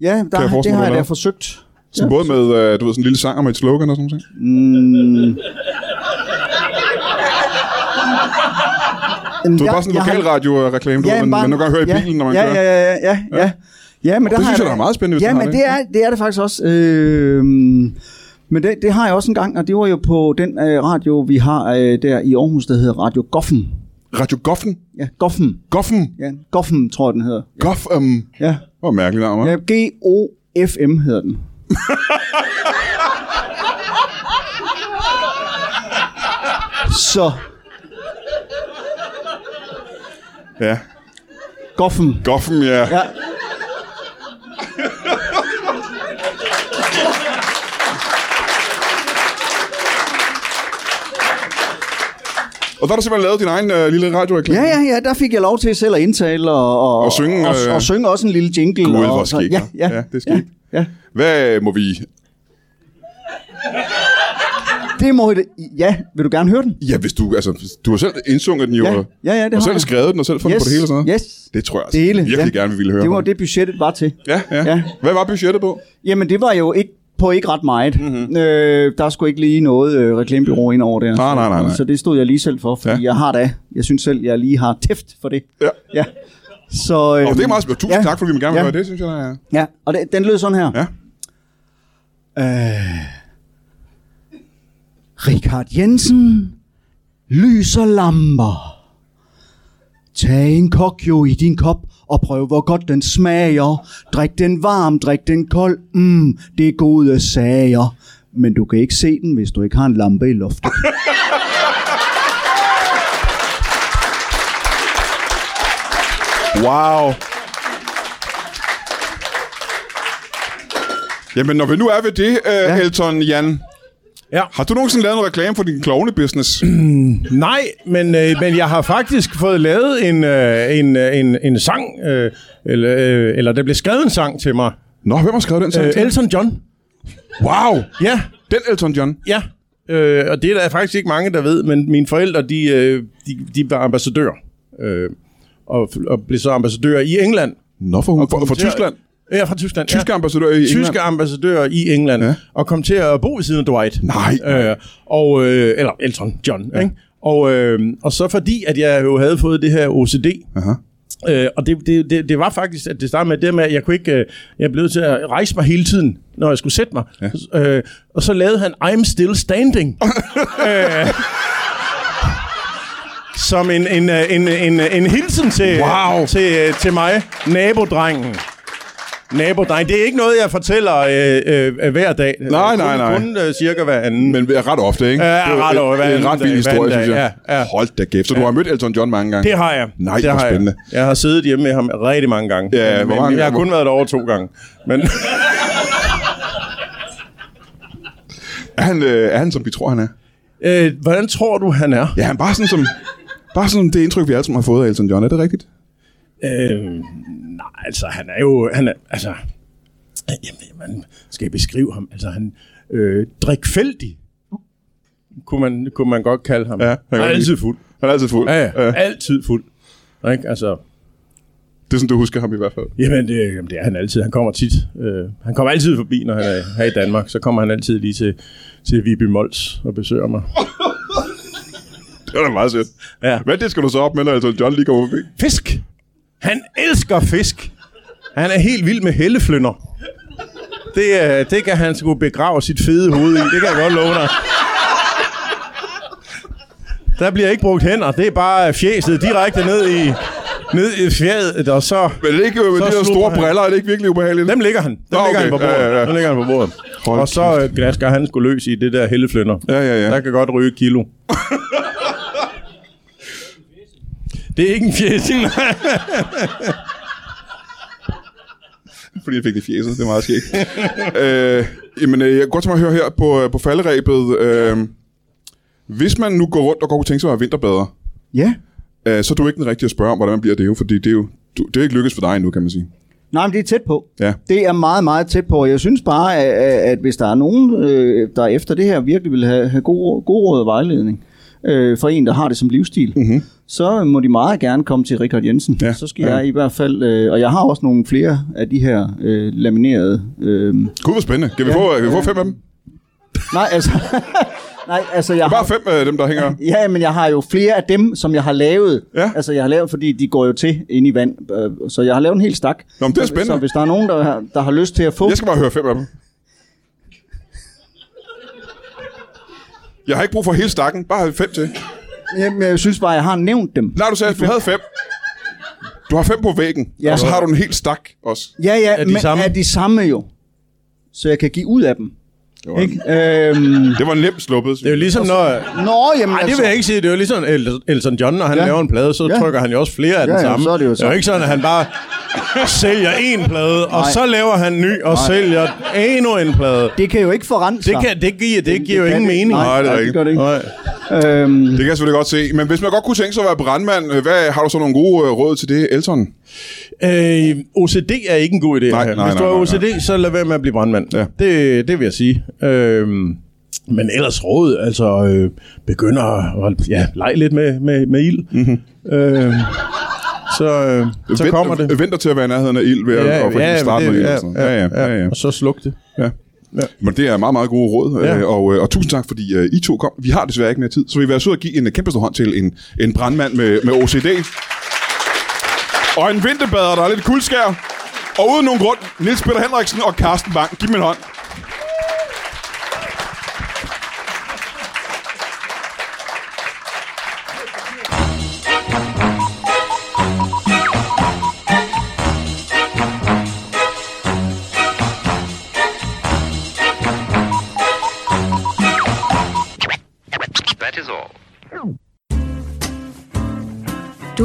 D: ja der,
B: jeg forestille mig,
D: det
B: du
D: har
B: har
D: jeg da
B: lavet?
D: forsøgt.
B: Så ja. både med, øh, du ved, sådan en lille sang og med et slogan og sådan noget.
D: Mm.
B: Du er bare sådan en lokal radio-reklame, du ja, ved, man, man nogle gange hører i
D: ja,
B: bilen, når man
D: ja,
B: kører.
D: Ja, ja, ja, ja, ja. ja men der
B: Det
D: har
B: synes jeg,
D: da-
B: der er meget spændende, hvis
D: Ja,
B: den har
D: men
B: det.
D: det er, det er det faktisk også. Øh, men det, det har jeg også en gang, og det var jo på den øh, radio, vi har øh, der i Aarhus, der hedder Radio Goffen.
B: Radio Goffen.
D: Ja, Goffen.
B: Goffen. øhm.
D: Ja, Goffen, tror jeg, den hedder.
B: Goffum.
D: Ja,
B: Hvor mærkeligt navn, hva'?
D: ja G-O-F-M hedder den. Så,
B: Ja.
D: Goffen.
B: Goffen, ja. ja.
D: Ja.
B: Og der har du simpelthen lavet din egen øh, lille radioreklame.
D: Ja, ja, ja, der fik jeg lov til selv at indtale og, og,
B: Og synge,
D: og,
B: øh,
D: og, og synge også en lille jingle.
B: Gud,
D: og,
B: hvor
D: så-
B: skægt,
D: ja,
B: hva'?
D: ja,
B: Ja, det er skægt.
D: Ja, ja.
B: Hvad øh, må vi...
D: Det må I, ja, vil du gerne høre den?
B: Ja, hvis du... Altså, du har selv indsunget den jo.
D: Ja, ja, ja, det
B: og
D: har
B: selv
D: jeg.
B: skrevet den, og selv fundet
D: Yes,
B: på det hele og sådan noget.
D: yes.
B: Det tror jeg altså,
D: Det hele,
B: virkelig
D: ja.
B: gerne, vi ville høre.
D: Det var
B: på.
D: det, budgettet var til.
B: Ja, ja, ja.
D: Ja.
B: Hvad var budgettet på?
D: Jamen, det var jo ikke på ikke ret meget. Mm-hmm. Øh, der skulle ikke lige noget øh, reklamebyrå ind over der.
B: Mhm. Nej, nej, nej, nej.
D: Så det stod jeg lige selv for, fordi
B: Ja.
D: ja. jeg har da, jeg synes selv, jeg lige har tæft for det.
B: Ja.
D: ja. Så, øh,
B: Og det er meget spændende. Tusind ja. tak, fordi vi gerne vil
D: ja.
B: høre det, synes jeg. Der er.
D: Ja, og det, den lød sådan her.
B: Ja.
D: Øh, Richard Jensen lyser lamper. Tag en kokjo i din kop og prøv, hvor godt den smager. Drik den varm, drik den kold. Mm, det er gode sager. Men du kan ikke se den, hvis du ikke har en lampe i loftet.
B: Wow. Jamen, når vi nu er ved det, øh, ja. Elton Jan.
E: Ja.
B: Har du nogensinde lavet en reklame for din klovne-business?
E: Nej, men, øh, men jeg har faktisk fået lavet en, øh, en, øh, en, en sang, øh, eller, øh, eller der blev skrevet en sang til mig.
B: Nå, hvem har skrevet den sang?
E: Øh,
B: til?
E: Elton John.
B: Wow!
E: Ja,
B: Den Elton John.
E: ja. Øh, og det er der faktisk ikke mange, der ved, men mine forældre, de, øh, de, de var ambassadører. Øh, og, og blev så ambassadører i England.
B: Nå, for, hun, for, for Tyskland.
E: Ja, fra Tyskland.
B: Tyske
E: ja.
B: ambassadør i England.
E: tyske ambassadør i England,
B: Ja.
E: ja. og kom til at bo ved siden af Dwight.
B: Nej.
E: Øh, og, øh, eller Elton John, ja. ikke? Og, øh, og så fordi, at jeg jo havde fået det her OCD,
B: Aha.
E: øh, og det, det, det, det var faktisk, at det startede med det med, at jeg kunne ikke, øh, jeg blev nødt til at rejse mig hele tiden, når jeg skulle sætte mig. Ja. Øh, og så lavede han I'm Still Standing. øh, som en, en, øh, en, en, en hilsen til,
B: Wow.
E: til, øh, til mig, nabodrengen. Nabodreng. Det er ikke noget, jeg fortæller øh, øh, hver dag.
B: Nej,
E: kun,
B: nej, nej.
E: Kun øh, cirka hver anden.
B: Men ret ofte, ikke?
E: Ja,
B: Det er jo
E: ret
B: en-
E: ofte. Hver
B: en ret
E: anden
B: vild
E: dag,
B: historie,
E: hver
B: synes
E: anden
B: jeg.
E: dag, ja, ja.
B: Hold da kæft. Så du har mødt Elton John mange gange?
E: Det har jeg.
B: Nej,
E: det
B: hvor
E: har
B: spændende.
E: Jeg. jeg har siddet hjemme med ham rigtig mange gange.
B: Ja,
E: men,
B: hvor mange
E: men, jeg har
B: gange?
E: kun været der over to gange. Men
B: Er han, øh, er han, som vi tror, han er?
E: øh, hvordan tror du, han er?
B: Ja, han er bare sådan som... Bare sådan det indtryk, vi alle sammen har fået af Elton John. Er det rigtigt?
E: Øh, nej, altså han er jo... Han er, altså, jamen, man skal jeg beskrive ham. Altså han øh, drikfældig, kunne man, kunne man godt kalde ham.
B: Ja, jeg kan
E: han er
B: godt
E: altid
B: lide.
E: fuld.
B: Han er altid fuld.
E: Ja, ja.
B: Ja.
E: Altid fuld. Ikke? Altså,
B: Det er sådan, du husker ham i hvert fald.
E: jamen det, jamen, det er han altid. Han kommer tit. Øh, han kommer altid forbi, når han er her i Danmark. Så kommer han altid lige til, til Viby Mols og besøger mig.
B: Det var da meget sødt.
E: Ja.
B: Hvad det skal du så op med, når Elton John lige kommer forbi?
E: Fisk! Han elsker fisk! Han er helt vild med helleflynder. Det, øh, det kan han sgu begrave sit fede hoved i. Det kan jeg godt love dig. Der bliver ikke brugt hænder. Det er bare fjeset direkte ned i, ned i fjerdet, og så...
B: Men er det ikke med
E: Så
B: de der
E: slog
B: store
E: han.
B: briller, er det ikke virkelig ubehageligt?
E: Dem ligger han. Dem
B: Nå, okay.
E: ligger han på bordet.
B: Ja, ja, ja.
E: Dem ligger han på bordet.
B: Hold
E: og så øh, Gnasker, han skulle løs i det der helleflønder.
B: Ja, ja, ja.
E: Der kan godt ryge et kilo. det er ikke en fjæsing, nej.
B: fordi jeg fik det i fjeset. Det er meget skægt. øh, jamen, øh, jeg kunne godt tænke mig at høre her på, øh, på falderæbet. Øh, hvis man nu går rundt og godt kunne tænke sig at være vinterbader,
D: Ja.
B: øh, så er du ikke den rigtige at spørge om, hvordan man bliver det jo, fordi det er jo du, det er ikke lykkedes for dig endnu, kan man sige.
D: Nej, men det er tæt på.
B: Ja.
D: Det er meget, meget tæt på. Jeg synes bare, at, at hvis der er nogen, øh, der efter det her virkelig vil have, have god, god råd og vejledning øh, for en, der har det som livsstil, mm-hmm. så må de meget gerne komme til Richard Jensen.
B: Mhm. Ja,
D: Så skal
B: ja.
D: jeg i hvert fald... Øh, og jeg har også nogle flere af de her øh, laminerede... Øh,
B: Gud, hvor spændende. Kan vi, ja, få, kan vi få fem af dem?
D: nej, altså... nej, altså jeg
B: Bare
D: har,
B: fem af dem, der hænger.
D: ja, men jeg har jo flere af dem, som jeg har lavet.
B: Ja.
D: Altså jeg har lavet, fordi de går jo til ind i vand. Øh, så jeg har lavet en hel stak.
B: Nå, men det er
D: Så, så
B: spændende.
D: hvis der er nogen, der har, der har lyst til at få...
B: Jeg skal bare høre fem af dem. Jeg har ikke brug for hele stakken, bare fem til.
D: Jamen, jeg synes bare, jeg har nævnt dem.
B: Nej, du sagde, at du havde fem. Du har fem på væggen,
D: Ja.
B: ja. og så har du en hel stak også.
D: Ja, ja, er
E: de
D: men
E: samme?
D: er de samme jo. Så jeg kan give ud af dem.
B: Det var,
D: Ikke? Øhm,
B: det var nemt sluppet.
E: Det er jo ligesom, når...
D: nå, jamen
E: Nej, det
D: altså,
E: vil jeg ikke sige. Det er jo ligesom El- Elton John, når han
D: Ja.
E: laver en plade, så
D: Ja.
E: trykker han jo også flere af den
D: Ja, ja,
E: samme.
D: så er det jo
E: er
D: så.
E: jo ikke sådan, at han bare sælger en plade, og
D: Nej.
E: så laver han en ny, og sælger endnu en plade.
D: det kan jo ikke forrente sig.
E: Det, kan, det, giver, det giver jo
D: kan
E: ingen
D: det-
E: mening.
B: Nej, det er
D: det
B: rigtigt.
D: gør det ikke.
E: Nej.
D: Øhm,
B: Det kan jeg selvfølgelig godt se. Men hvis man godt kunne tænke sig at være brandmand, øh, hvad, har du så nogle gode øh, råd til det, Elton?
E: Øh, OCD er ikke en god idé.
B: Nej,
E: Hvis
B: nej,
E: du
B: nej,
E: har
B: nej,
E: OCD, så lad være med at blive brandmand.
B: Ja.
E: Det, det vil jeg sige. Øh, men ellers råd, altså øh, begynder at ja, lege lidt med, med, med ild.
B: Mhm.
E: Mm-hmm. Øh, så, øh, så
B: Vent-
E: kommer det.
B: øh, Venter til at være i nærheden af ild ved at, at for eksempel
E: men
B: starte
E: det-
B: med ild. og sådan noget. Ja, ja, ja, ja.
E: Og så sluk det.
B: ja. Men det er meget, meget gode råd,
E: Ja.
B: ja. og, øh, og tusind tak, fordi øh, I to kom. Vi har desværre ikke mere tid, så vi vil være søde at give en øh, kæmpe stor hånd til en, en brandmand med, med OCD. Og en vinterbader, der er lidt kuldskær. Og uden nogen grund, Nils Peter Henriksen og Carsten Bang. Giv dem en hånd.
F: That is all.
G: Du